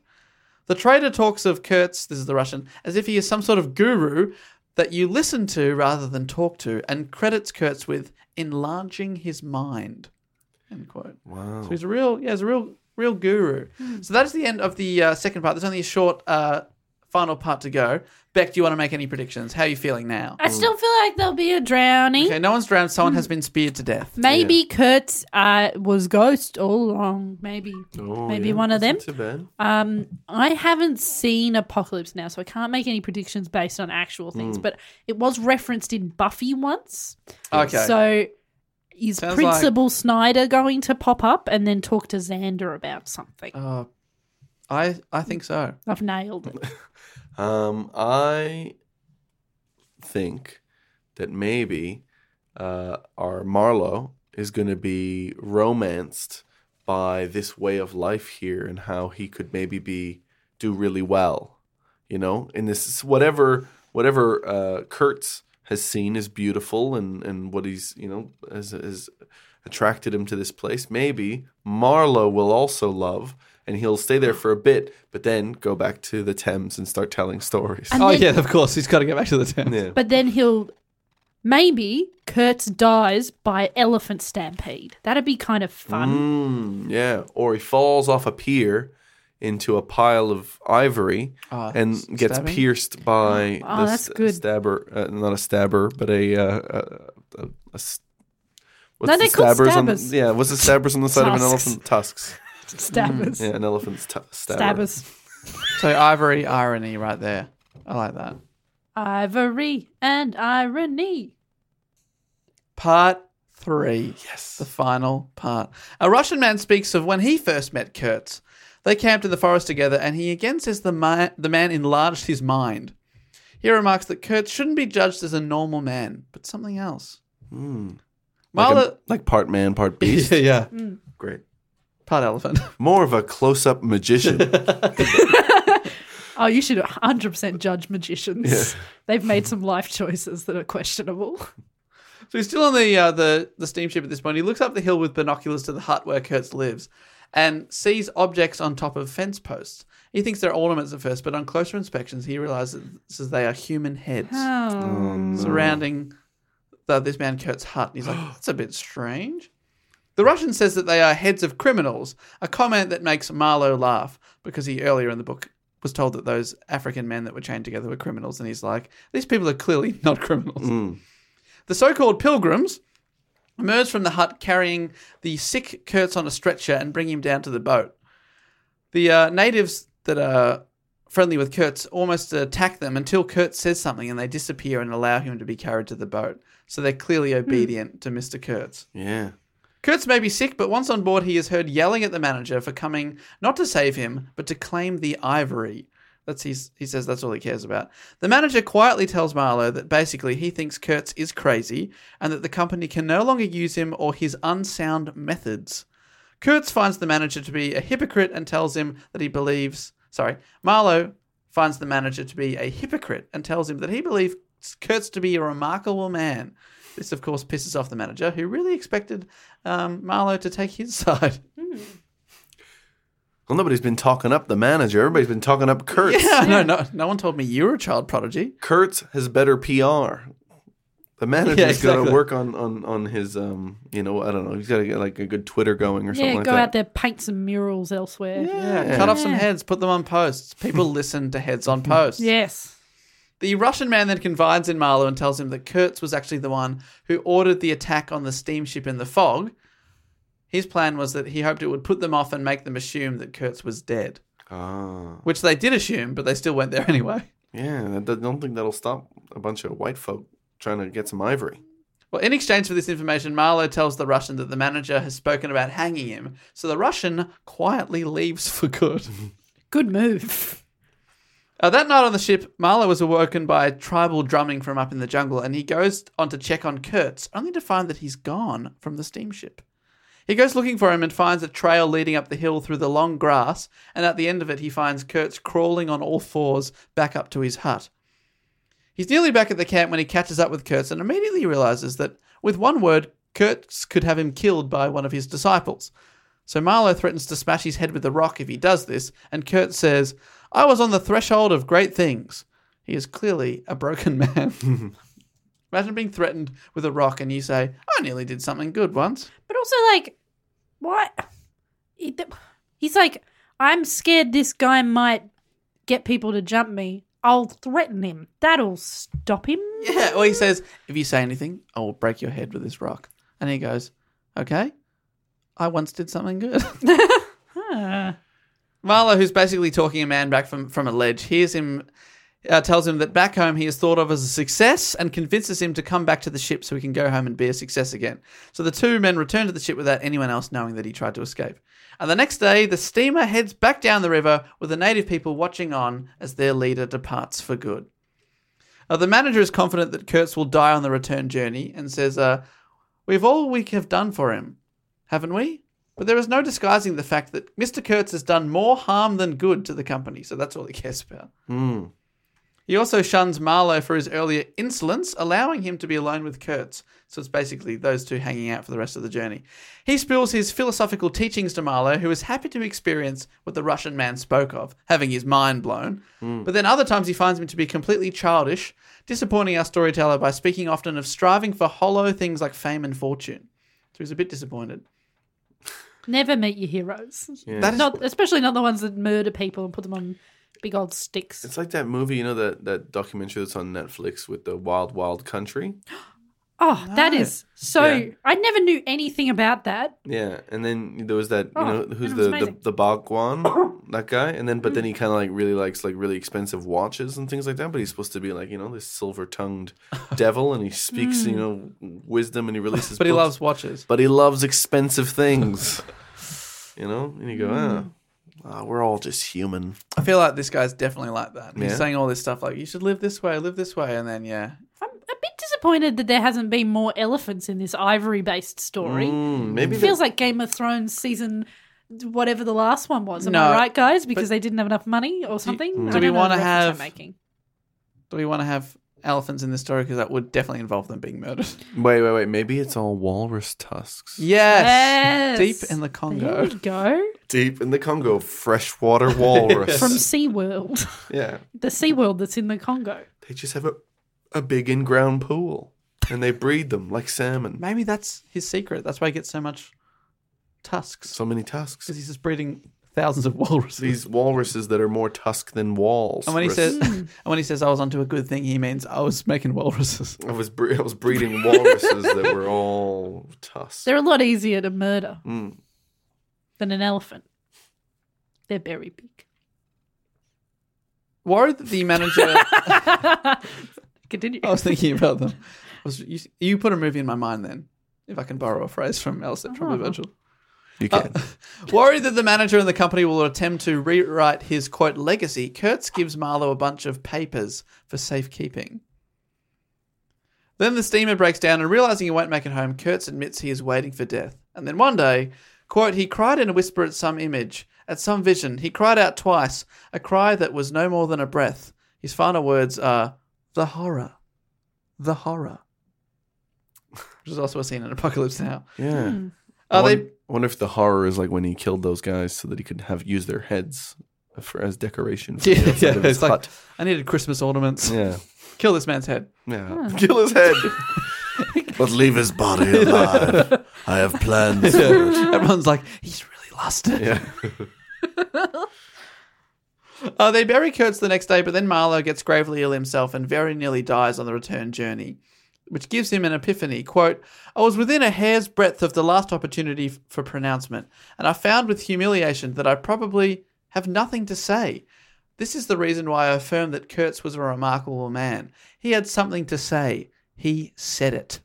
C: The trader talks of Kurtz, this is the Russian, as if he is some sort of guru that you listen to rather than talk to, and credits Kurtz with enlarging his mind. End quote.
D: Wow.
C: So he's a real, yeah, he's a real, real guru. So that is the end of the uh, second part. There's only a short uh, final part to go. Beck, do you want to make any predictions? How are you feeling now?
E: I still feel like there'll be a drowning.
C: Okay, no one's drowned. Someone has been speared to death.
E: Maybe Kurt uh, was ghost all along. Maybe, maybe one of them.
D: Too bad.
E: Um, I haven't seen Apocalypse now, so I can't make any predictions based on actual things. But it was referenced in Buffy once.
C: Okay.
E: So is
C: Sounds
E: Principal Snyder going to pop up and then talk to Xander about something?
C: Uh, I I think so.
E: I've nailed it.
D: Um, I think that maybe uh, our Marlowe is going to be romanced by this way of life here and how he could maybe be do really well, you know, in this whatever whatever uh, Kurtz has seen is beautiful and and what he's you know has, has attracted him to this place. Maybe Marlowe will also love. And he'll stay there for a bit, but then go back to the Thames and start telling stories.
E: And
C: Oh
E: then-
C: yeah, of course. He's got to go back to the town.
D: Yeah.
E: But then he'll maybe Kurtz dies by elephant stampede. That'd be kind of fun.
D: Mm, yeah. Or he falls off a pier into a pile of ivory
C: Ah,
D: and
C: s-
D: gets
C: stabbing?
D: pierced by
E: Oh,
D: the
E: that's
D: st-
E: good.
D: stabber. Uh, not a stabber, but a. Uh, a, a, a s- what's the
E: No, they're called
D: on the-
E: stabbers.
D: yeah, what's the stabbers on the side of an
E: Tusks.
D: elephant? Tusks.
E: Stabbers.
D: Mm. Yeah, an elephant's t- stabber.
E: Stabbers.
C: So ivory irony right there. I like that.
E: Ivory and irony.
C: Part three. Yes. The final part. A Russian man speaks of when he first met Kurtz. They camped in the forest together, and he again says the, ma- the man enlarged his mind. He remarks that Kurtz shouldn't be judged as a normal man, but something else.
D: Like,
C: Marla-
D: a- like part man, part beast.
C: yeah, yeah.
D: Great.
C: Part elephant.
D: More of a close up magician.
E: Oh, you should 100% judge magicians. They've made some life choices that are questionable.
C: So he's still on the uh, the the steamship at this point. He looks up the hill with binoculars to the hut where Kurtz lives, and sees objects on top of fence posts. He thinks they're ornaments at first, but on closer inspections, he realizes they are human heads Mm,
E: Oh,
C: surrounding the, this man Kurt's hut. He's like, "That's a bit strange." The Russian says that they are heads of criminals, a comment that makes Marlowe laugh because he earlier in the book was told that those African men that were chained together were criminals, and he's like, "These people are clearly not criminals." The so called pilgrims emerge from the hut carrying the sick Kurtz on a stretcher and bring him down to the boat. The uh, natives that are friendly with Kurtz almost attack them until Kurtz says something and they disappear and allow him to be carried to the boat. So they're clearly obedient to Mr. Kurtz.
D: yeah.
C: Kurtz may be sick, but once on board, he is heard yelling at the manager for coming not to save him, but to claim the ivory. That's his, he says that's all he cares about. The manager quietly tells Marlowe that basically he thinks Kurtz is crazy and that the company can no longer use him or his unsound methods. Kurtz finds the manager to be a hypocrite and tells him that he believes. Sorry, Marlowe finds the manager to be a hypocrite and tells him that he believes Kurtz to be a remarkable man. This, of course, pisses off the manager, who really expected um, Marlowe to take his side.
D: Well, nobody's been talking up the manager. Everybody's been talking up Kurtz.
C: Yeah, no, no, no one told me you were a child prodigy.
D: Kurtz has better PR. The manager's
C: Yeah,
D: got
C: exactly.
D: to work on, on, on his um you know I don't know he's got to get like a good Twitter going or something
E: yeah,
D: like
E: go
D: that.
E: out there, paint some murals elsewhere.
C: Yeah, cut off some heads, put them on posts. People listen to heads on posts.
E: Yes.
C: The Russian man then confides in Marlowe and tells him that Kurtz was actually the one who ordered the attack on the steamship in the fog. His plan was that he hoped it would put them off and make them assume that Kurtz was dead,
D: Ah,
C: which they did assume, but they still went there anyway.
D: yeah. I don't- don't think that'll stop a bunch of white folk trying to get some ivory.
C: Well, in exchange for this information, Marlowe tells the Russian that the manager has spoken about hanging him, so the Russian quietly leaves for good.
E: Good move.
C: Uh, that night on the ship, Marlowe was awoken by tribal drumming from up in the jungle, and he goes on to check on Kurtz, only to find that he's gone from the steamship. He goes looking for him and finds a trail leading up the hill through the long grass, and at the end of it, he finds Kurtz crawling on all fours back up to his hut. He's nearly back at the camp when he catches up with Kurtz and immediately realizes that, with one word, Kurtz could have him killed by one of his disciples. So Marlowe threatens to smash his head with a rock if he does this, and Kurtz says, I was on the threshold of great things. He is clearly a broken man. Imagine being threatened with a rock and you say, I nearly did something good once.
E: But also, like, what? He- th- He's like, I'm scared this guy might get people to jump me, I'll threaten him. That'll stop him.
C: Yeah. Well, he says, if you say anything, I will break your head with this rock. And he goes, okay, I once did something good. Marlo, who's basically talking a man back from, from a ledge, hears him, uh, tells him that back home he is thought of as a success and convinces him to come back to the ship so he can go home and be a success again. So the two men return to the ship without anyone else knowing that he tried to escape. And the next day, the steamer heads back down the river with the native people watching on as their leader departs for good. Uh, the manager is confident that Kurtz will die on the return journey and says, uh, We've all we have done for him, haven't we? But there is no disguising the fact that Mr. Kurtz has done more harm than good to the company, so that's all he cares about. He also shuns Marlowe for his earlier insolence, allowing him to be alone with Kurtz. So it's basically those two hanging out for the rest of the journey. He spills his philosophical teachings to Marlowe, who is happy to experience what the Russian man spoke of, having his mind blown.
D: Hmm.
C: But then other times he finds him to be completely childish, disappointing our storyteller by speaking often of striving for hollow things like fame and fortune. So he's a bit disappointed.
E: Never meet your heroes.
C: That is
E: Not especially not the ones that murder people and put them on big old sticks.
D: It's like that movie, you know, that, that documentary that's on Netflix with the Wild Wild Country.
E: oh, that is so.
D: Yeah.
E: I never knew anything about that.
D: Yeah, and then there was that you
E: Oh,
D: know
E: that
D: who's
E: was
D: the, the
E: amazing. Mm-hmm.
D: the Bhagwan that guy, and then but then he kind of like really likes like really expensive watches and things like that. But he's supposed to be like you know this silver tongued devil, and he speaks
E: Hmm.
D: you know wisdom, and he releases.
C: But he
D: books.
C: loves watches.
D: but he loves expensive things. you know, and you go, ah,
E: Hmm.
D: ah, we're all just human.
C: I feel like this guy's definitely like that. He's
D: Yeah.
C: saying all this stuff like, you should live this way, live this way. And then, yeah.
E: I'm a bit disappointed that there hasn't been more elephants in this ivory-based story.
D: Mm, maybe
E: It
D: that-
E: feels like Game of Thrones season, whatever the last one was. Am
C: No,
E: I right, guys? Because they didn't have enough money or something.
C: do
E: I don't
C: we
E: know the
C: wanna
E: reference I'm
C: have-
E: making?
C: Do we want to have elephants in this story? Because that would definitely involve them being murdered.
D: Wait, wait, wait. Maybe it's all walrus tusks
C: Yes.
E: Yes.
C: Deep in the
E: There
C: Congo.
E: we go
D: deep in the Congo, freshwater walrus.
E: from SeaWorld,
D: yeah.
E: the SeaWorld that's in the Congo.
D: They just have a, a big in ground pool and they breed them like salmon.
C: Maybe that's his secret. That's why he gets so much tusks.
D: So many tusks.
C: Because he's just breeding thousands of walruses.
D: These walruses that are more tusk than walls.
C: and when he says,
E: Hmm.
C: and when he says, I was onto a good thing, he means I was making walruses.
D: I was, bre- I was breeding walruses that were all tusks.
E: They're a lot easier to murder
C: Mm.
E: than an elephant. They're very big.
C: Worried that the manager.
E: Continue.
C: I was thinking about them. I was, you, you put a movie in my mind then, if I can borrow a phrase from Alice
E: Uh-huh.
C: from Virgil.
D: you can.
C: Worried that the manager and the company will attempt to rewrite his quote legacy, Kurtz gives Marlowe a bunch of papers for safekeeping. Then the steamer breaks down and realizing he won't make it home, Kurtz admits he is waiting for death. And then one day, quote, he cried in a whisper at some image, at some vision. He cried out twice, a cry that was no more than a breath. His final words are, the horror. The horror. Which is also a scene in Apocalypse Now.
D: yeah.
C: Are
D: I
C: they
D: won- I wonder if the horror is like when he killed those guys so that he could have use their heads for as decoration for
C: Yeah,
D: the outside
C: yeah,
D: of his
C: it's like,
D: hut.
C: I needed Christmas ornaments.
D: yeah.
C: Kill this man's head.
D: Yeah. Kill his head. but leave his body alive. I have plans for it.
C: Everyone's like, he's really lusted.
D: Yeah.
C: Uh, they bury Kurtz the next day, but then Marlowe gets gravely ill himself and very nearly dies on the return journey, which gives him an epiphany. Quote, I was within a hair's breadth of the last opportunity f- for pronouncement, and I found with humiliation that I probably have nothing to say. This is the reason why I affirm that Kurtz was a remarkable man. He had something to say. He said it.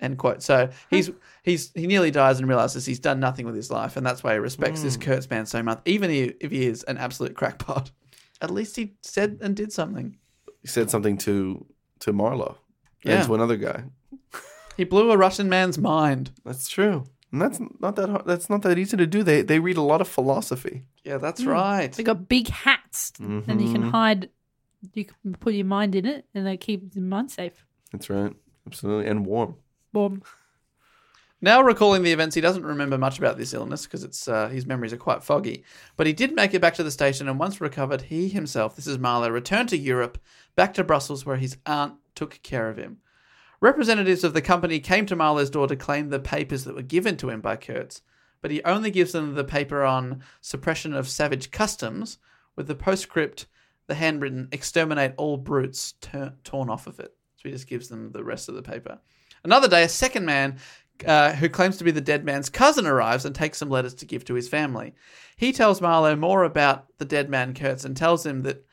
C: End quote. So he's he's he nearly dies and realizes he's done nothing with his life, and that's why he respects this Kurtz man so much, even i- if he is an absolute crackpot. At least he said and did something.
D: He said something to to Marlowe
C: Yeah.
D: and to another guy.
C: He blew a Russian man's mind.
D: That's true. And that's not that hard. That's not that easy to do. They they read a lot of philosophy.
C: Yeah, that's right.
E: They got big hats, and you can
C: Mm-hmm.
E: hide. You can put your mind in it, and they keep your mind safe.
D: That's right. Absolutely. And warm.
E: Boom.
C: Now recalling the events, he doesn't remember much about this illness because it's uh, his memories are quite foggy. But he did make it back to the station, and once recovered, he himself, this is Marlowe, returned to Europe, back to Brussels, where his aunt took care of him. Representatives of the company came to Marlowe's door to claim the papers that were given to him by Kurtz, but he only gives them the paper on suppression of savage customs with the postscript the handwritten "Exterminate all brutes" tur- torn off of it. So he just gives them the rest of the paper. Another day, a second man uh, who claims to be the dead man's cousin arrives and takes some letters to give to his family. He tells Marlowe more about the dead man Kurtz and tells him that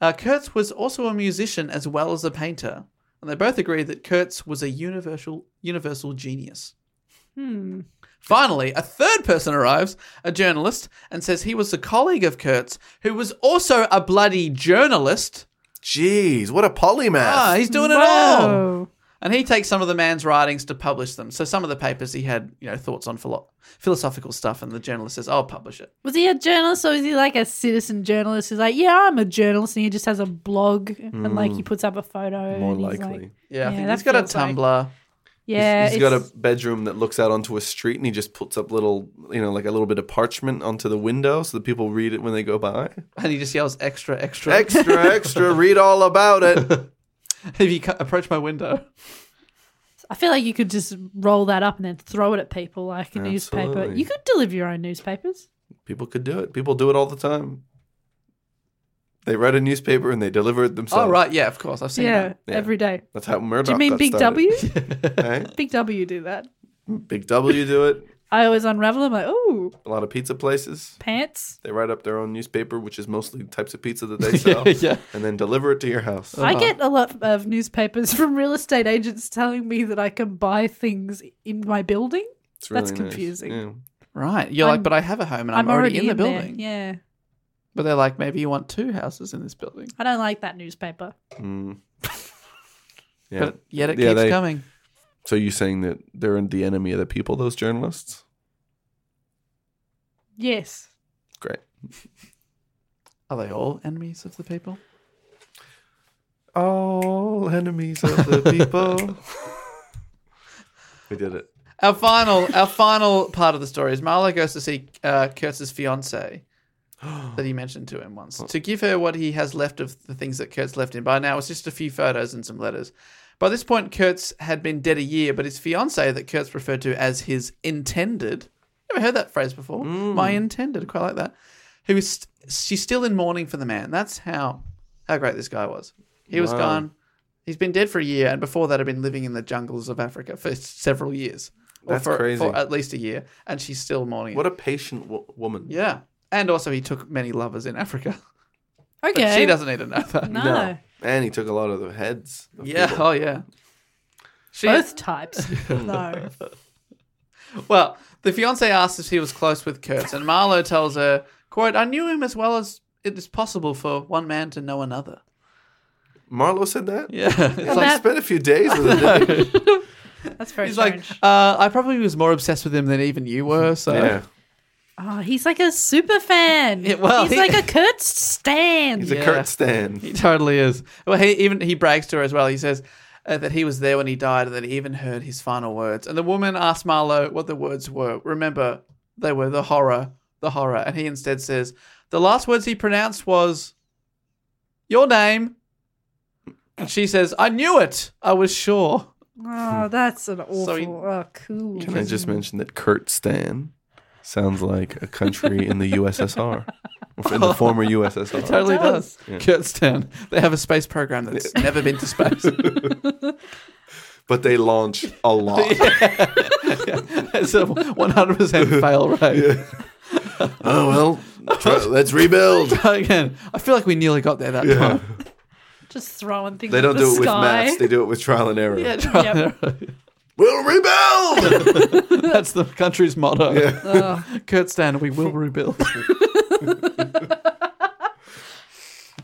C: uh, Kurtz was also a musician as well as a painter, and they both agree that Kurtz was a universal universal genius.
E: Hmm.
C: Finally, a third person arrives, a journalist, and says he was a colleague of Kurtz who was also a bloody journalist.
D: Jeez, what a polymath.
C: Ah, he's doing it all.
E: Whoa.
C: And he takes some of the man's writings to publish them. So some of the papers he had, you know, thoughts on philo- philosophical stuff, and the journalist says, "I'll publish it."
E: Was he a journalist or was he like a citizen journalist who's like, yeah, I'm a journalist and he just has a blog and like he puts up a photo?
D: More
E: and he's
D: likely.
E: like-
C: Mm. Yeah, I
E: Yeah,
C: think
E: that
C: he's got a
E: feels like-
C: Tumblr.
E: yeah.
D: he's got a
E: it's-
D: bedroom that looks out onto a street, and he just puts up little, you know, like a little bit of parchment onto the window so that people read it when they go by.
C: and he just yells, "Extra, extra!"
D: Extra, extra, read all about it.
C: if you co- approach my window,
E: I feel like you could just roll that up and then throw it at people like a newspaper.
D: Absolutely.
E: You could deliver your own newspapers.
D: People could do it. People do it all the time. They write a newspaper and they deliver it themselves.
C: oh right, yeah, of course, I've seen
E: Yeah,
C: that.
D: Yeah.
E: every day.
D: That's how Murdoch.
E: Do you mean
D: got
E: Big
D: started.
E: W?
D: Hey?
E: Big W do that.
D: Big W do it.
E: I always unravel. I'm like, oh,
D: A lot of pizza places.
E: pants.
D: They write up their own newspaper, which is mostly types of pizza that they sell,
C: yeah. Oh,
D: and then deliver it to your house.
E: I
C: Uh-huh.
E: get a lot of newspapers from real estate agents telling me that I can buy things in my building.
D: It's really
E: That's
D: nice.
E: confusing.
D: Yeah.
C: Right, you're
E: I'm-
C: like, but I have a home and I'm, already, in the
E: there.
C: building.
E: Yeah.
C: But they're like, maybe you want two houses in this building.
E: I don't like that newspaper.
D: Mm. yeah.
C: But yet it
D: Yeah,
C: keeps
D: they-
C: coming.
D: So you saying that they're the enemy of the people, those journalists?
E: Yes.
D: Great.
C: Are they all enemies of the people?
D: All enemies of the people. we did it.
C: Our final, our final part of the story is Marlo goes to see uh, Kurtz's fiance that he mentioned to him once to give her what he has left of the things that Kurtz left him. By now, it's just a few photos and some letters. By this point, Kurtz had been dead a year, but his fiance that Kurtz referred to as his intended. Never heard that phrase before.
D: Mm.
C: My intended, quite like that. Who is st- she's still in mourning for the man. That's how how great this guy was. He was gone. He's been dead for a year, and before that, had been living in the jungles of Africa for several years. Or
D: That's
C: for,
D: crazy.
C: For at least a year, and she's still mourning.
D: What
C: it.
D: a patient w- woman.
C: yeah. And also, he took many lovers in Africa.
E: Okay.
C: But she doesn't need to know that.
E: No.
D: And he took a lot of the heads. of
C: Yeah.
D: people.
C: Oh, yeah. She,
E: Both types. no.
C: Well, the fiance asks if he was close with Kurtz, and Marlowe tells her, "quote I knew him as well as it is possible for one man to know another."
D: Marlo said that?
C: Yeah. It's
D: I
C: like,
E: That-
D: spent a few days with him. didn't he?
E: That's very
C: he's like,
E: strange.
C: uh, I probably was more obsessed with him than even you were. So
D: Yeah.
E: oh, he's like a super fan.
C: Yeah, well,
E: he's
C: he-
E: like a Kurt Stan.
D: He's
C: Yeah.
D: a Kurt Stan.
C: He totally is. Well, he even he brags to her as well. He says uh, that he was there when he died, and that he even heard his final words. And the woman asked Marlowe what the words were. Remember, they were the horror, the horror. And he instead says the last words he pronounced was your name. And she says, "I knew it. I was sure."
E: Oh, that's an awful.
C: he-
E: oh, cool.
D: Can I just mention that Kurt Stan sounds like a country in the USSR, or
E: Oh.
D: in the former USSR.
C: Totally
E: does.
C: does. Kurtztown. They have a space program that's never been to space.
D: But they launch a lot.
C: it's a 100% fail rate.
D: Oh well, try, let's rebuild.
C: Again, I feel like we nearly got there that time.
E: Just throwing things.
D: They don't
E: at the
D: do it with
E: sky.
D: maths. They do it with trial and error.
E: Yep.
D: We'll rebuild.
C: That's the country's motto. Kurt Stan, we will rebuild.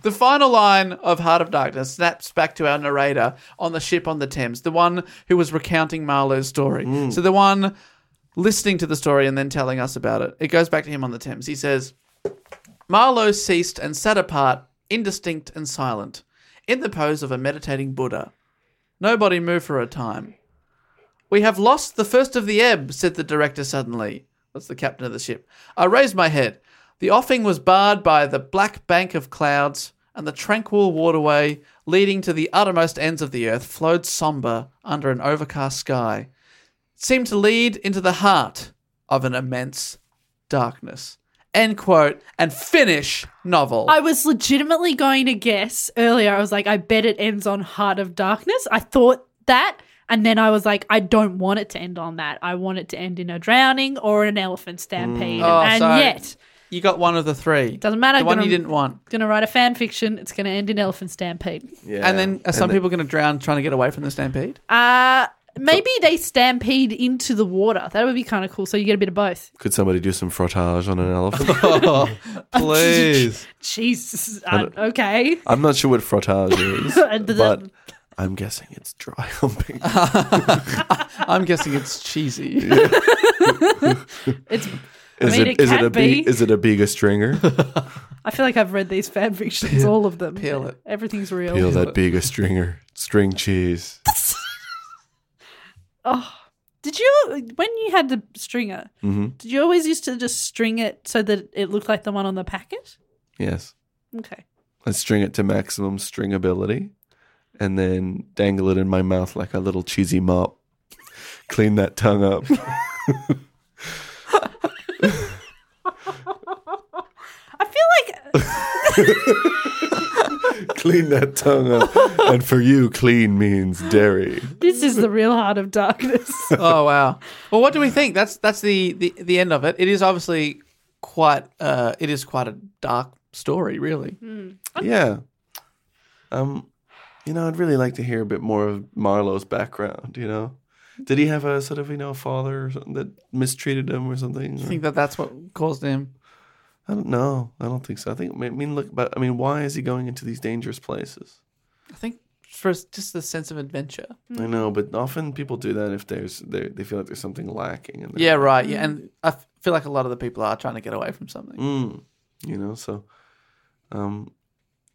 C: the final line of Heart of Darkness snaps back to our narrator on the ship on the Thames, the one who was recounting Marlowe's story. So the one listening to the story and then telling us about it. It goes back to him on the Thames. He says, Marlowe ceased and sat apart, indistinct and silent, in the pose of a meditating Buddha. Nobody moved for a time. We have lost the first of the ebb, said the director suddenly. That's the captain of the ship. I raised my head. The offing was barred by the black bank of clouds, and the tranquil waterway leading to the uttermost ends of the earth flowed sombre under an overcast sky. It seemed to lead into the heart of an immense darkness. end quote, and finish novel.
E: I was legitimately going to guess earlier. I was like, I bet it ends on Heart of Darkness. I thought that. And then I was like, I don't want it to end on that. I want it to end in a drowning or an elephant stampede.
C: Oh,
E: and
C: sorry.
E: yet,
C: you got one of the three.
E: doesn't matter.
C: The one
E: gonna-
C: you didn't want.
E: Gonna write a fan fiction. It's gonna end in elephant stampede.
D: Yeah.
C: And then are some people going to drown trying to get away from the stampede?
E: Uh maybe they stampede into the water. That would be kind of cool. So you get a bit of both.
D: Could somebody do some frottage on an elephant?
C: Please.
E: Jesus. Uh, okay.
D: I'm not sure what frottage is,
E: But-
D: but I'm guessing it's dry humping.
C: I'm guessing it's cheesy.
E: It's.
D: Is
E: I mean, it
D: is it
E: can
D: a big
E: be.
D: is it a bigger stringer?
E: I feel like I've read these fan fictions, all of them.
C: Peel it.
E: Everything's real.
D: Peel that bigger stringer, string cheese.
E: Oh, Did you when you had the stringer?
D: Mm-hmm.
E: Did you always used to just string it so that it looked like the one on the packet?
D: Yes,
E: Okay.
D: I string it to maximum stringability, and then dangle it in my mouth like a little cheesy mop. Clean that tongue up.
E: I feel like
D: clean that tongue up. And for you, clean means dairy.
E: this is the real heart of darkness.
C: oh wow. Well, what do we think? That's that's the the, the end of it. It is obviously quite. Uh, it is quite a dark story, really.
D: Yeah. Um, you know, I'd really like to hear a bit more of Marlowe's background. You know, did he have a sort of you know father or something that mistreated him or something?
C: I think that that's what caused him.
D: I don't know. I don't think so. I think I mean look, but I mean, why is he going into these dangerous places?
C: I think for us, just the sense of adventure.
D: I know, but often people do that if there's they they feel like there's something lacking. In
C: Yeah, right. Yeah, and I f- feel like a lot of the people are trying to get away from something.
D: Mm, you know, so um,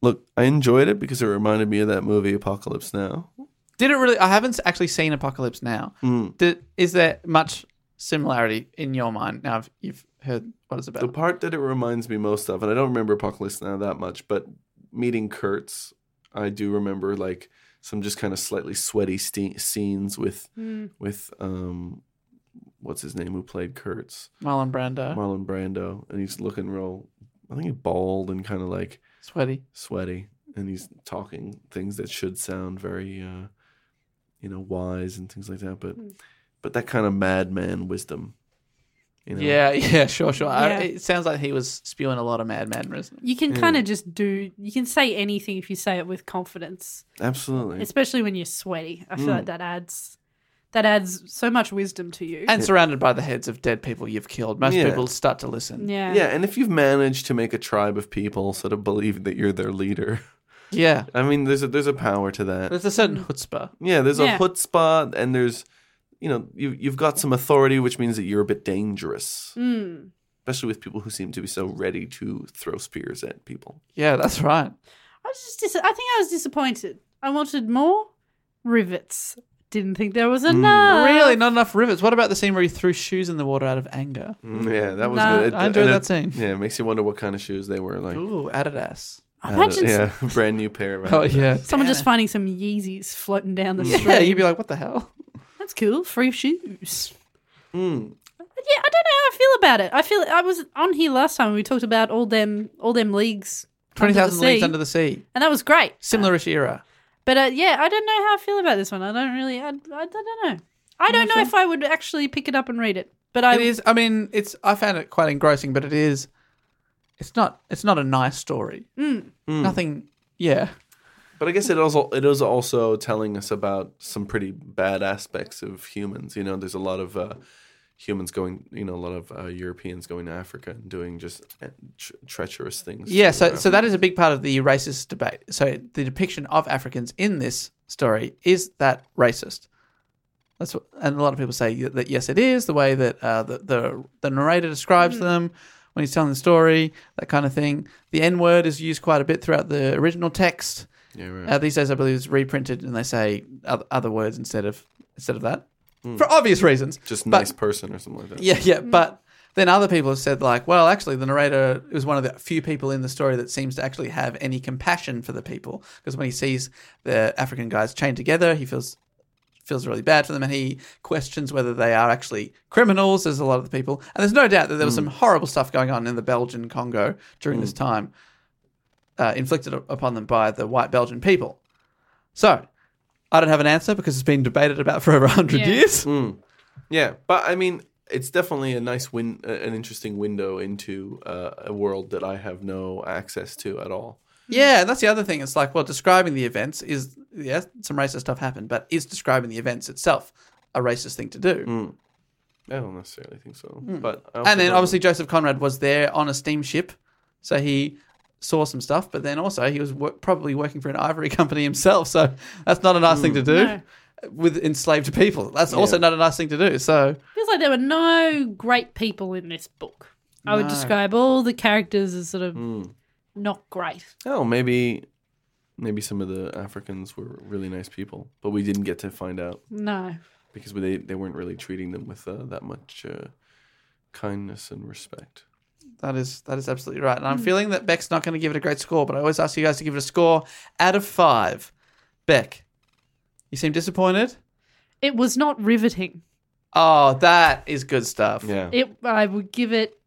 D: look, I enjoyed it because it reminded me of that movie Apocalypse Now. Hmm.
C: Did it really? I haven't s- actually seen Apocalypse Now. Did, is there much similarity in your mind now? I've, you've heard what it's about.
D: The part that it reminds me most of, and I don't remember Apocalypse Now that much, but meeting Kurtz, I do remember like some just kind of slightly sweaty ste- scenes with with um, what's his name who played Kurtz,
C: Marlon Brando,
D: Marlon Brando, and he's looking real, I think he's bald and kind of like
C: sweaty.
D: sweaty, and he's talking things that should sound very, uh, you know, wise and things like that, but but that kind of madman wisdom. You know?
C: Yeah, yeah, sure, sure. I,
E: Yeah.
C: it sounds like he was spewing a lot of Mad Madness.
E: You can kind of just do. You can say anything if you say it with confidence,
D: absolutely.
E: especially when you're sweaty. I feel like
D: Mm.
E: that adds that adds so much wisdom to you.
C: And surrounded by the heads of dead people you've killed, most
D: Yeah.
C: people start to listen.
E: yeah.
D: Yeah, and if you've managed to make a tribe of people sort of believe that you're their leader,
C: Yeah,
D: I mean, there's a there's a power to that.
C: there's a certain chutzpah.
D: Yeah, there's
E: Yeah.
D: a chutzpah, and there's, you know, you you've got some authority, which means that you're a bit dangerous, especially with people who seem to be so ready to throw spears at people.
C: Yeah, that's right.
E: I was just. Dis- I think I was disappointed. I wanted more rivets. Didn't think there was
D: Mm.
E: enough.
C: Really, not enough rivets. What about the scene where he threw shoes in the water out of anger?
D: Mm, Yeah, that was
E: Nah,
D: good.
C: I enjoyed
D: and
C: that scene.
D: Yeah, it makes you wonder what kind of shoes they were. Like,
C: Ooh, Adidas.
D: had a-
E: Imagine s-
D: Uh, yeah, brand new pair. Of
C: Oh yeah. Mm.
E: Someone just finding some Yeezys floating down the street.
C: Yeah, you'd be like, what the hell?
E: That's cool. Free shoes.
C: Hmm.
E: But yeah, I don't know how I feel about it. I feel I was on here last time. and We talked about all them all them leagues,
C: Twenty thousand
E: sea. Uh,
C: leagues under the sea.
E: and that was great.
C: Similarish era.
E: But uh, yeah, I don't know how I feel about this one. I don't really. I, I, I don't know. I don't know if I would actually pick it up and read it. But I
C: It is. I mean, it's. I found it quite engrossing, but it is. It's not. It's not a nice story.
E: Mm.
D: Mm.
C: Nothing. Yeah.
D: But I guess it also it is also telling us about some pretty bad aspects of humans. You know, there's a lot of uh, humans going. You know, a lot of uh, Europeans going to Africa and doing just uh, tre- treacherous things.
C: Yeah.
D: to
C: So,
D: Africa.
C: so that is a big part of the racist debate. So, the depiction of Africans in this story is that racist. That's what, and a lot of people say that yes, it is the way that uh, the, the the narrator describes
D: Hmm.
C: them when he's telling the story, that kind of thing. The N word is used quite a bit throughout the original text.
D: yeah, right.
C: Uh, these days, I believe it's reprinted, and they say other, other words instead of instead of that,
D: Hmm.
C: for obvious reasons.
D: just
C: but-
D: nice person or something like that.
C: Yeah, yeah. But then other people have said like, well, actually, the narrator is one of the few people in the story that seems to actually have any compassion for the people because when he sees the African guys chained together, he feels feels really bad for them, and he questions whether they are actually criminals. There's a lot of the people, and there's no doubt that there was some horrible stuff going on in the Belgian Congo during this time, uh, inflicted up- upon them by the white Belgian people. So, I don't have an answer because it's been debated about for over hundred
E: Yeah.
C: years.
D: Yeah, but I mean, it's definitely a nice win, uh, an interesting window into uh, a world that I have no access to at all.
C: Yeah, that's the other thing. It's like, well, describing the events is yeah, some racist stuff happened, but is describing the events itself a racist thing to do?
D: I don't necessarily think so. But I also
C: Hmm. and then
D: don't-
C: obviously Joseph Conrad was there on a steamship, so he saw some stuff. But then also he was wor- probably working for an ivory company himself, so that's not a nice thing to do with enslaved people. That's also not a nice thing to do. So
E: feels like there were no great people in this book. I would describe all the characters as sort of
C: Hmm.
E: not great.
D: oh, maybe maybe some of the Africans were really nice people, but we didn't get to find out
E: No.
D: because they they weren't really treating them with uh, that much uh, kindness and respect.
C: That is that is absolutely right. And I'm feeling that Beck's not going to give it a great score, but I always ask you guys to give it a score out of five. Beck, you seem disappointed.
E: It was not riveting.
C: Oh, that is good stuff.
D: Yeah,
E: It. I would give it.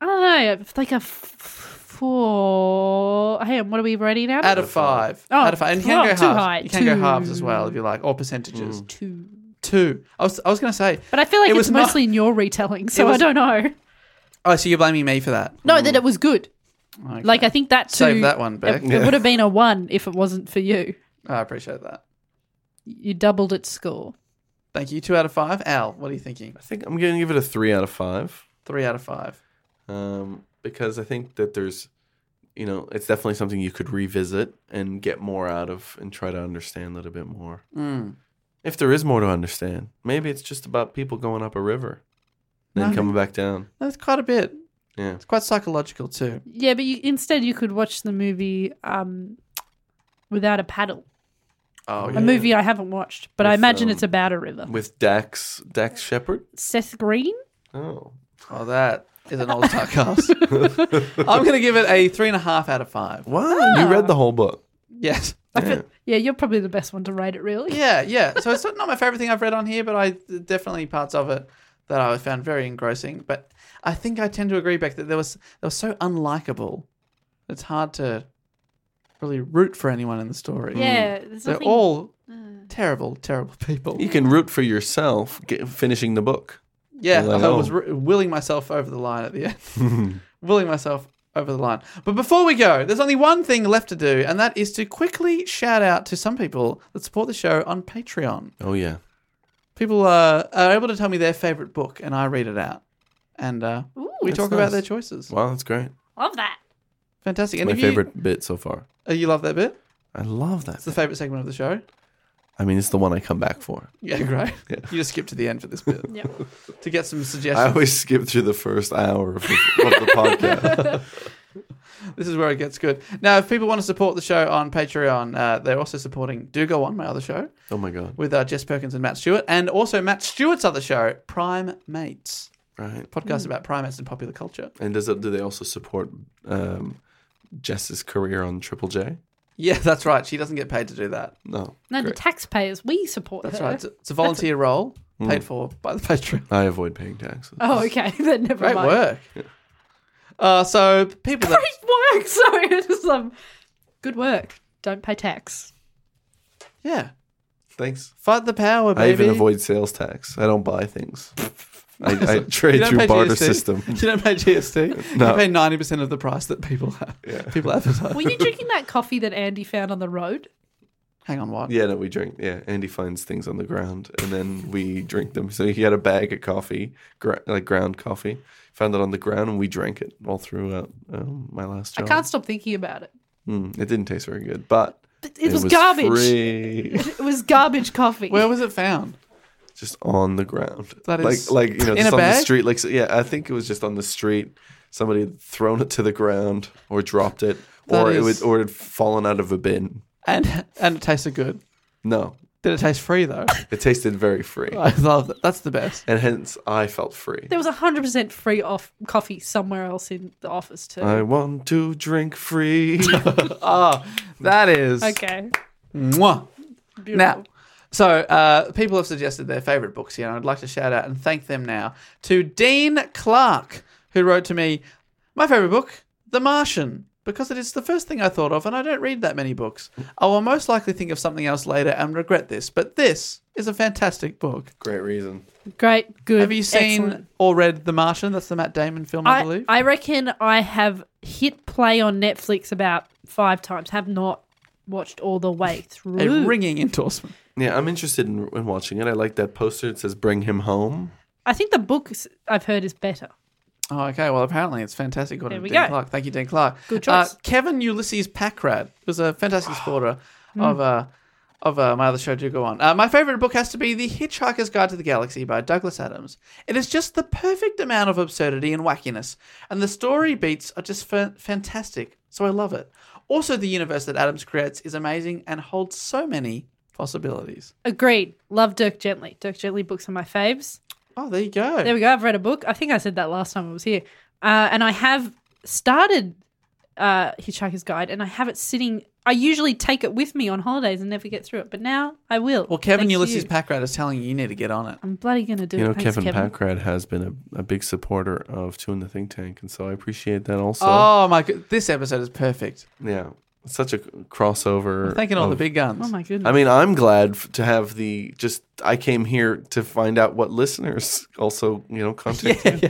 E: I don't know. it's Like a f- four. Hang on. What are we rating now?
C: Out of five.
E: Oh,
C: out of five. And you can
E: well,
C: go
E: too
C: halves.
E: high.
C: You can go
E: Two.
C: halves as well if you like, or percentages.
E: two.
C: Two. I was I was going to say.
E: But I feel like
C: It
E: it's
C: was not-
E: mostly in your retelling, so
C: It was-
E: I don't know.
C: Oh, so you're blaming me for that?
E: No, that it was good. Like I think that too.
C: Save that one, Beck.
E: It, it would have been a one if it wasn't for you.
C: I appreciate that.
E: You doubled its score.
C: Thank you. Two out of five. Al, what are you thinking?
D: I think I'm going to give it a three out of five.
C: Three out of five.
D: um, because I think that there's, you know, it's definitely something you could revisit and get more out of and try to understand a little bit more.
E: Mm.
D: If there is more to understand, maybe it's just about people going up a river, then coming back down.
C: That's quite a bit.
D: Yeah.
C: It's quite psychological too.
E: Yeah, but you, instead you could watch the movie um, without a paddle.
D: Oh,
E: A movie I haven't watched, but I
D: With,
E: imagine
D: um,
E: it's about a river.
D: With Dax, Dax Shepard.
E: Seth Green.
D: Oh,
C: Oh, that is an all-star cast. I'm going to give it a three and a half out of five.
D: wow!
C: Ah.
D: You read the whole book.
C: Yes.
E: Yeah, you're probably the best one to rate it. Really.
C: Yeah, yeah. So it's not my favorite thing I've read on here, but I definitely parts of it that I found very engrossing. But I think I tend to agree back that there was they were so unlikable. It's hard to really root for anyone in the story.
E: Yeah, there's
C: They're
E: nothing- Uh.
C: all terrible, terrible people.
D: You can root for yourself get, finishing the book.
C: Yeah,
D: Like,
C: I was
D: oh.
C: r willing myself over the line at the end. willing myself over the line. But before we go, there's only one thing left to do, and that is to quickly shout out to some people that support the show on Patreon.
D: Oh yeah,
C: People uh, are able to tell me their favorite book, and I read it out. And uh, we
D: that's
C: talk about
D: nice.
C: their choices.
D: wow, that's great.
E: Love that.
C: Fantastic. And
D: My
C: if you-
D: favorite bit so far.
C: Oh, you love that bit?
D: I love that.
C: It's the favorite segment of the show.
D: I mean, it's the one I come back for.
C: Yeah, great. You just skip to the end for this bit
E: Yep.
C: to get some suggestions.
D: I always skip through the first hour of the, of the podcast.
C: This is where it gets good. Now, if people want to support the show on Patreon, uh, they're also supporting Do Go On, my other show,
D: Oh my god!
C: with uh, Jess Perkins and Matt Stewart, and also Matt Stewart's other show, Prime Mates,
D: Right.
C: a podcast about primates and popular culture.
D: And does it, do they also support um, Jess's career on Triple J?
C: Yeah, that's right. She doesn't get paid to do that.
D: No.
E: No, the taxpayers we support.
C: That's
E: her.
C: right. It's a- It's a volunteer role
D: Hmm.
C: paid for by the Patreon.
D: I avoid paying taxes.
E: Oh, okay. Then never
C: Great
E: mind.
C: work. Uh, so people that
E: Great work. Sorry, it's just um, good work. Don't pay tax.
C: yeah
D: Thanks.
C: fight the power, baby.
D: I even avoid sales tax. I don't buy things. I, I
C: You
D: trade
C: don't
D: through
C: pay
D: barter
C: GST.
D: system.
C: You don't pay GST.
D: No.
C: You pay ninety percent of the price that people have. People advertise.
E: Were you drinking that coffee that Andy found on the road?
C: Hang on, what?
D: Yeah, no, we drink. Yeah, Andy finds things on the ground and then we drink them. So he had a bag of coffee, gra- like ground coffee. Found it on the ground and we drank it all throughout um, my last
E: I
D: job.
E: can't stop thinking about it.
D: Mm, it didn't taste very good, but
E: It, it was, garbage.
D: free.
E: It was garbage coffee.
C: Where was it found?
D: just on the ground.
C: That is-
D: like like you know,
C: In
D: just
C: a
D: on the
C: bag?
D: street. Like so- yeah, I think it was just on the street. Somebody had thrown it to the ground or dropped it,
C: That
D: or it
C: is-
D: was or it had fallen out of a bin.
C: And and it tasted good.
D: No,
C: Did it taste free though?
D: it tasted very free,
C: I love that. That's the best.
D: and hence I felt free.
E: there was hundred percent free off coffee somewhere else in the office too.
D: I want to drink free.
C: That is
E: okay,
C: Mwah.
E: beautiful.
C: Now, So, uh, people have suggested their favorite books here, and I'd like to shout out and thank them now to Dean Clark, who wrote to me, My favorite book, The Martian, because it is the first thing I thought of, and I don't read that many books. I will most likely think of something else later and regret this, but this is a fantastic book.
D: Great reason.
E: Great, good.
C: Have you seen
E: excellent.
C: or read The Martian? That's the Matt Damon film, I,
E: I,
C: believe.
E: I reckon I have hit play on Netflix about five times. Have not watched all the way through.
C: a ringing endorsement.
D: Yeah, I'm interested in, in watching it. I like that poster. It says "Bring Him Home."
E: I think the book s- I've heard is better.
C: Oh, okay. Well, apparently it's fantastic. Got
E: There
C: it,
E: we
C: Dean
E: go.
C: Clark. Thank you, Dean Clark.
E: Good
C: Uh,
E: choice.
C: Kevin Ulysses Packrat was a fantastic supporter
E: Hmm.
C: of uh, of uh, my other show. Do go on. Uh, my favorite book has to be The Hitchhiker's Guide to the Galaxy by Douglas Adams. It is just the perfect amount of absurdity and wackiness, and the story beats are just fa- fantastic. So I love it. Also, the universe that Adams creates is amazing and holds so many possibilities.
E: Agreed. Love Dirk Gently. Dirk Gently books are my faves.
C: Oh, there you go.
E: There we go. I've read a book. I think I said that last time I was here. Uh, and I have started uh, Hitchhiker's Guide, and I have it sitting. I usually take it with me on holidays and never get through it, but now I will.
C: well, Kevin
E: Thanks to
C: Ulysses
E: you.
C: Packrat is telling you you need to get on it.
E: I'm bloody gonna do
D: You
E: it.
D: know,
E: Thanks,
D: Kevin,
E: Kevin.
D: Packrat has been a, a big supporter of Two in the Think Tank, and so I appreciate that also.
C: Oh my! go- This episode is perfect.
D: Yeah, it's such a crossover.
C: Thanking all the
D: of-
C: big guns.
E: Oh my goodness.
D: I mean, I'm glad f- to have the just. I came here to find out what listeners also, you know, contact you.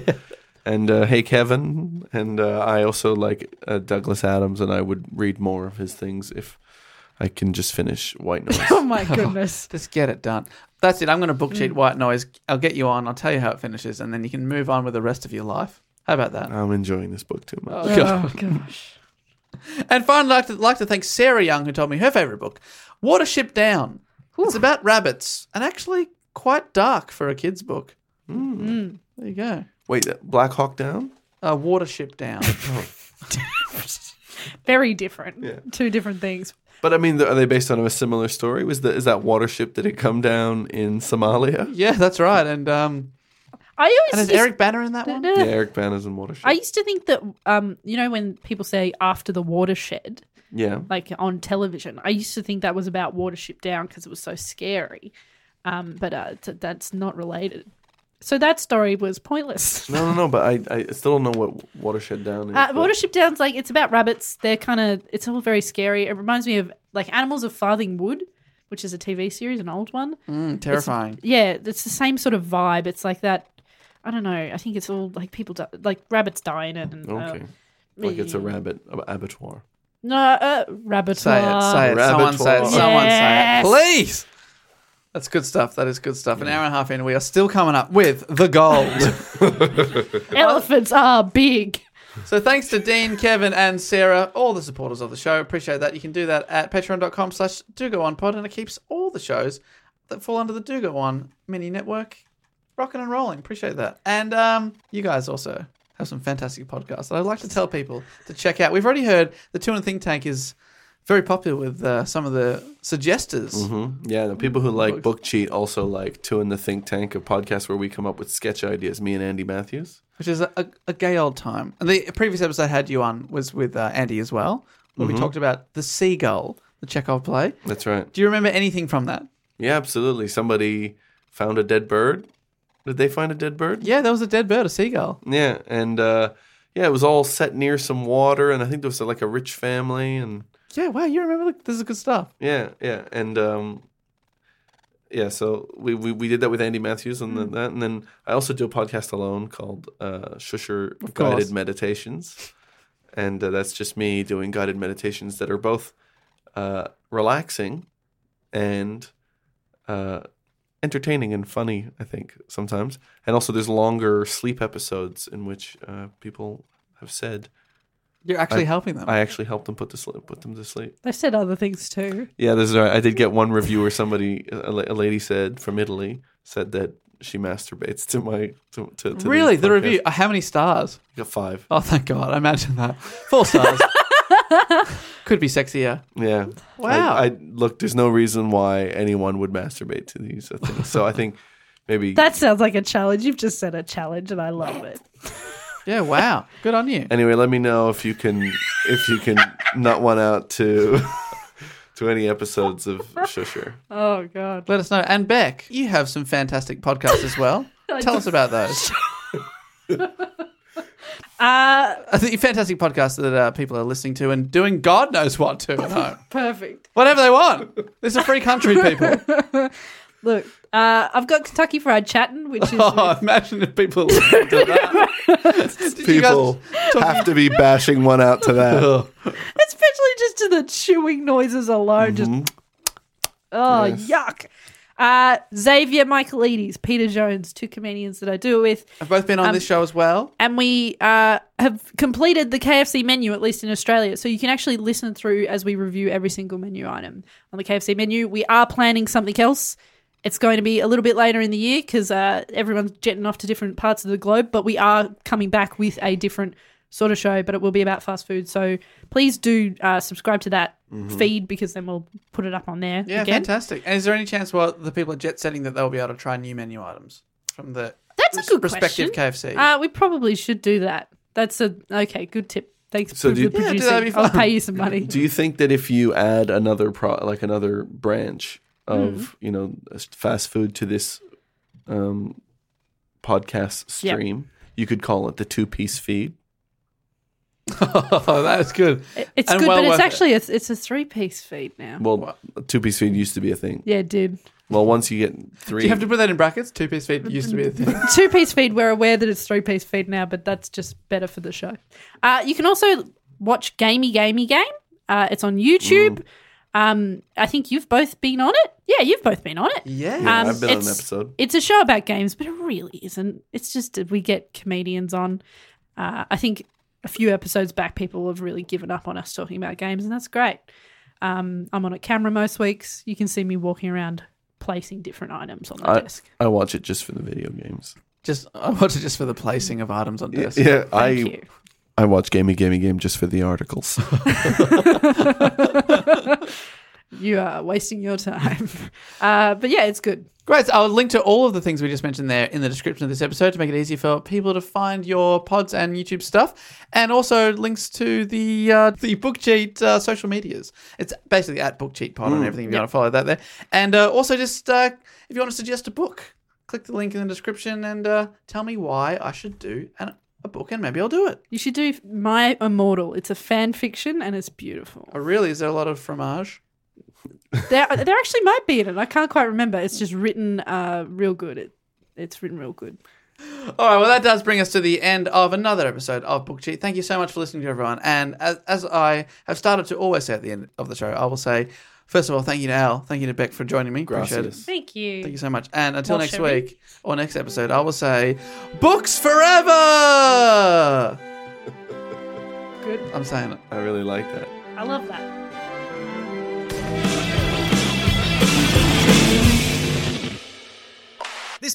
D: And uh, hey, Kevin, and uh, I also like uh, Douglas Adams, and I would read more of his things if I can just finish White
E: oh
D: Noise.
E: my goodness.
C: Just get it done. That's it. I'm going to book
E: Mm.
C: cheat white noise. I'll get you on. I'll tell you how it finishes, and then you can move on with the rest of your life. How about that?
D: I'm enjoying this book too much.
E: oh gosh.
C: And finally, I'd like to, like to thank Sarah Young, who told me her favorite book, Watership Down. It's about rabbits and actually quite dark for a kid's book.
E: Mm.
C: There you go.
D: Wait, that- Black Hawk Down?
C: Uh, Watership Down.
E: Very different. Two different things.
D: But I mean, th- are they based on a similar story? Was the, is that water ship that had come down in Somalia?
C: yeah, that's right. And um,
E: I always
C: and is
E: used-
C: Eric Banner in that one?
E: No, no,
D: Yeah,
E: no.
D: Eric Bana's in Watership.
E: I used to think that um, you know, when people say after the watershed,
D: yeah.
E: like on television, I used to think that was about Watership Down because it was so scary. Um, but uh, t- that's not related. So that story was pointless.
D: No, no, no. But I, I still don't know what Watershed Down is.
E: Uh,
D: but-
E: Watership Down's like it's about rabbits. They're kind of it's all very scary. It reminds me of like Animals of Farthing Wood, which is a TV series, an old one.
C: Mm, terrifying.
E: Yeah, it's the same sort of vibe. It's like that. I don't know. I think it's all like people di- like rabbits die in it. And, uh,
D: Okay. like it's a rabbit ab- abattoir.
E: No, uh,
C: Say it,
E: rabbitoir.
C: say it. Someone say it.
D: Rabbitoir.
C: Someone
E: Yes.
C: say it. Please. That's good stuff. That is good stuff. An hour and a half in, we are still coming up with the gold.
E: Elephants are big.
C: so thanks to Dean, Kevin, and Sarah, all the supporters of the show. Appreciate that. You can do that at patreon.com slash do go on pod, and it keeps all the shows that fall under the do go on mini network rocking and rolling. Appreciate that. And um, you guys also have some fantastic podcasts that I'd like to tell people to check out. We've already heard the Two and Think Tank is very popular with uh, some of the suggestors.
D: Hmm? Yeah, the people who like Book Cheat also like Two in the Think Tank, a podcast where we come up with sketch ideas, me and Andy Matthews.
C: which is a, a, a gay old time. And the previous episode I had you on was with uh, Andy as well, where
D: Mm-hmm.
C: we talked about the seagull, the Chekhov play.
D: That's right.
C: Do you remember anything from that?
D: Yeah, absolutely. Somebody found a dead bird. Did they find a dead bird?
C: Yeah, there was a dead bird, a seagull.
D: Yeah, and uh, yeah, it was all set near some water, and I think there was like a rich family, and
C: Yeah, wow, you remember? the- This is good stuff.
D: yeah, yeah, and um, yeah. So we, we we did that with Andy Matthews and then that, and then I also do a podcast alone called uh, Shusher
C: course.
D: Guided Meditations, and uh, that's just me doing guided meditations that are both uh, relaxing and uh, entertaining and funny, I think, sometimes. And also, there's longer sleep episodes in which uh, people have said
C: You're actually helping them.
D: I actually helped them put to sleep, put them to sleep.
E: They've said other things too.
D: Yeah, there's no. I did get one review where somebody, a, la- a lady said from Italy, said that she masturbates to my to, to, to
C: really? The
D: podcast.
C: review? uh, How many stars?
D: I got five.
C: Oh, thank God. I imagine that. Four stars. Could be sexier.
D: Yeah.
C: Wow.
D: I, I look. There's no reason why anyone would masturbate to these uh, things. So I think maybe
E: That sounds like a challenge. You've just said a challenge, and I love it.
C: Yeah, wow. Good on you.
D: Anyway, let me know if you can if you can nut one out to 20 episodes of Shusher.
E: Oh god.
C: Let us know. And Beck, you have some fantastic podcasts as well. Tell us about those.
E: Uh
C: I think fantastic podcasts that uh, people are listening to and doing God knows what to at home.
E: perfect.
C: Whatever they want. This is a free country, people.
E: Look, uh, I've got Kentucky Fried Chatting, which is
C: Oh, imagine if people listened to that. Did you guys-
D: People have to be bashing one out to that.
E: especially just to the chewing noises alone. Just oh yuck. Uh, Xavier Michaelides, Peter Jones, two comedians that I do it with,
C: I've both
E: Um,
C: been on this show as well.
E: and we uh, have completed the KFC menu at least in Australia. So you can actually listen through as we review every single menu item on the KFC menu. We are planning something else. It's going to be a little bit later in the year because uh, everyone's jetting off to different parts of the globe, but we are coming back with a different sort of show, but it will be about fast food. So please do uh, subscribe to that feed because then we'll put it up on there
C: Yeah,
E: again.
C: fantastic. And is there any chance while the people are jet setting that they'll be able to try new menu items from the
E: That's a good
C: respective
E: question.
C: KFC?
E: Uh, we probably should do that. That's a okay. Good tip. Thanks
D: So
E: for
D: do you-
C: Yeah,
E: the
C: do
E: producing.
C: that'd be
E: I'll
C: fun.
E: pay you some money.
D: Do you think that if you add another pro, like another branch of
E: Hmm.
D: you know fast food to this um, podcast
E: Yep.
D: stream, you could call it the two piece feed?
C: oh, that was good.
E: It's
C: And
E: good,
C: well
E: but
C: worth
E: it's
C: it.
E: actually a, it's a three piece feed now.
D: Well, two piece feed used to be a thing.
E: Yeah, dude.
D: Well, once you get three,
C: Do you have to put that in brackets? Two piece feet used to be a thing.
E: Two piece feed. We're aware that it's three piece feed now, but that's just better for the show. Uh, you can also watch Gamey Gamey Game. Uh, it's on YouTube. Um, I think you've both been on it. Yeah, you've both been on it.
C: Yeah.
D: Yeah,
E: Um,
D: I've been on an
E: it's-
D: episode.
E: It's a show about games, but it really isn't. It's just that we get comedians on. Uh, I think a few episodes back, people have really given up on us talking about games, and that's great. Um, I'm on a camera most weeks. You can see me walking around placing different items on the
D: I,
E: desk.
D: I watch it just for the video games.
C: just I watch it just for the placing of items on desk.
D: Yeah, I
E: Thank you.
D: I watch Gamey Gamey Game just for the articles.
E: You are wasting your time. Uh, but yeah, it's good.
C: Great. So I'll link to all of the things we just mentioned there in the description of this episode to make it easier for people to find your pods and YouTube stuff, and also links to the uh, the Book Cheat uh, social medias. It's basically at Book Cheat Pod and everything. If you want to follow that there, and uh, also just uh, if you want to suggest a book, click the link in the description and uh, tell me why I should do an, a book, and maybe I'll do it.
E: You should do My Immortal. It's a fan fiction and it's beautiful.
C: Oh, really? Is there a lot of fromage?
E: There, there actually might be in it. I can't quite remember. It's just written uh, real good. It, it's written real good.
C: All right, well, that does bring us to the end of another episode of Book Cheat. Thank you so much for listening to everyone. And as, as I have started to always say at the end of the show, I will say, first of all, thank you to Al. Thank you to Beck for joining me. Appreciate it.
E: Thank you.
C: Thank you so much. And until
E: Well,
C: next
E: shall we?
C: week or next episode, I will say, Books Forever!
E: Good.
C: I'm saying it.
D: I really like that.
E: I love that.
A: This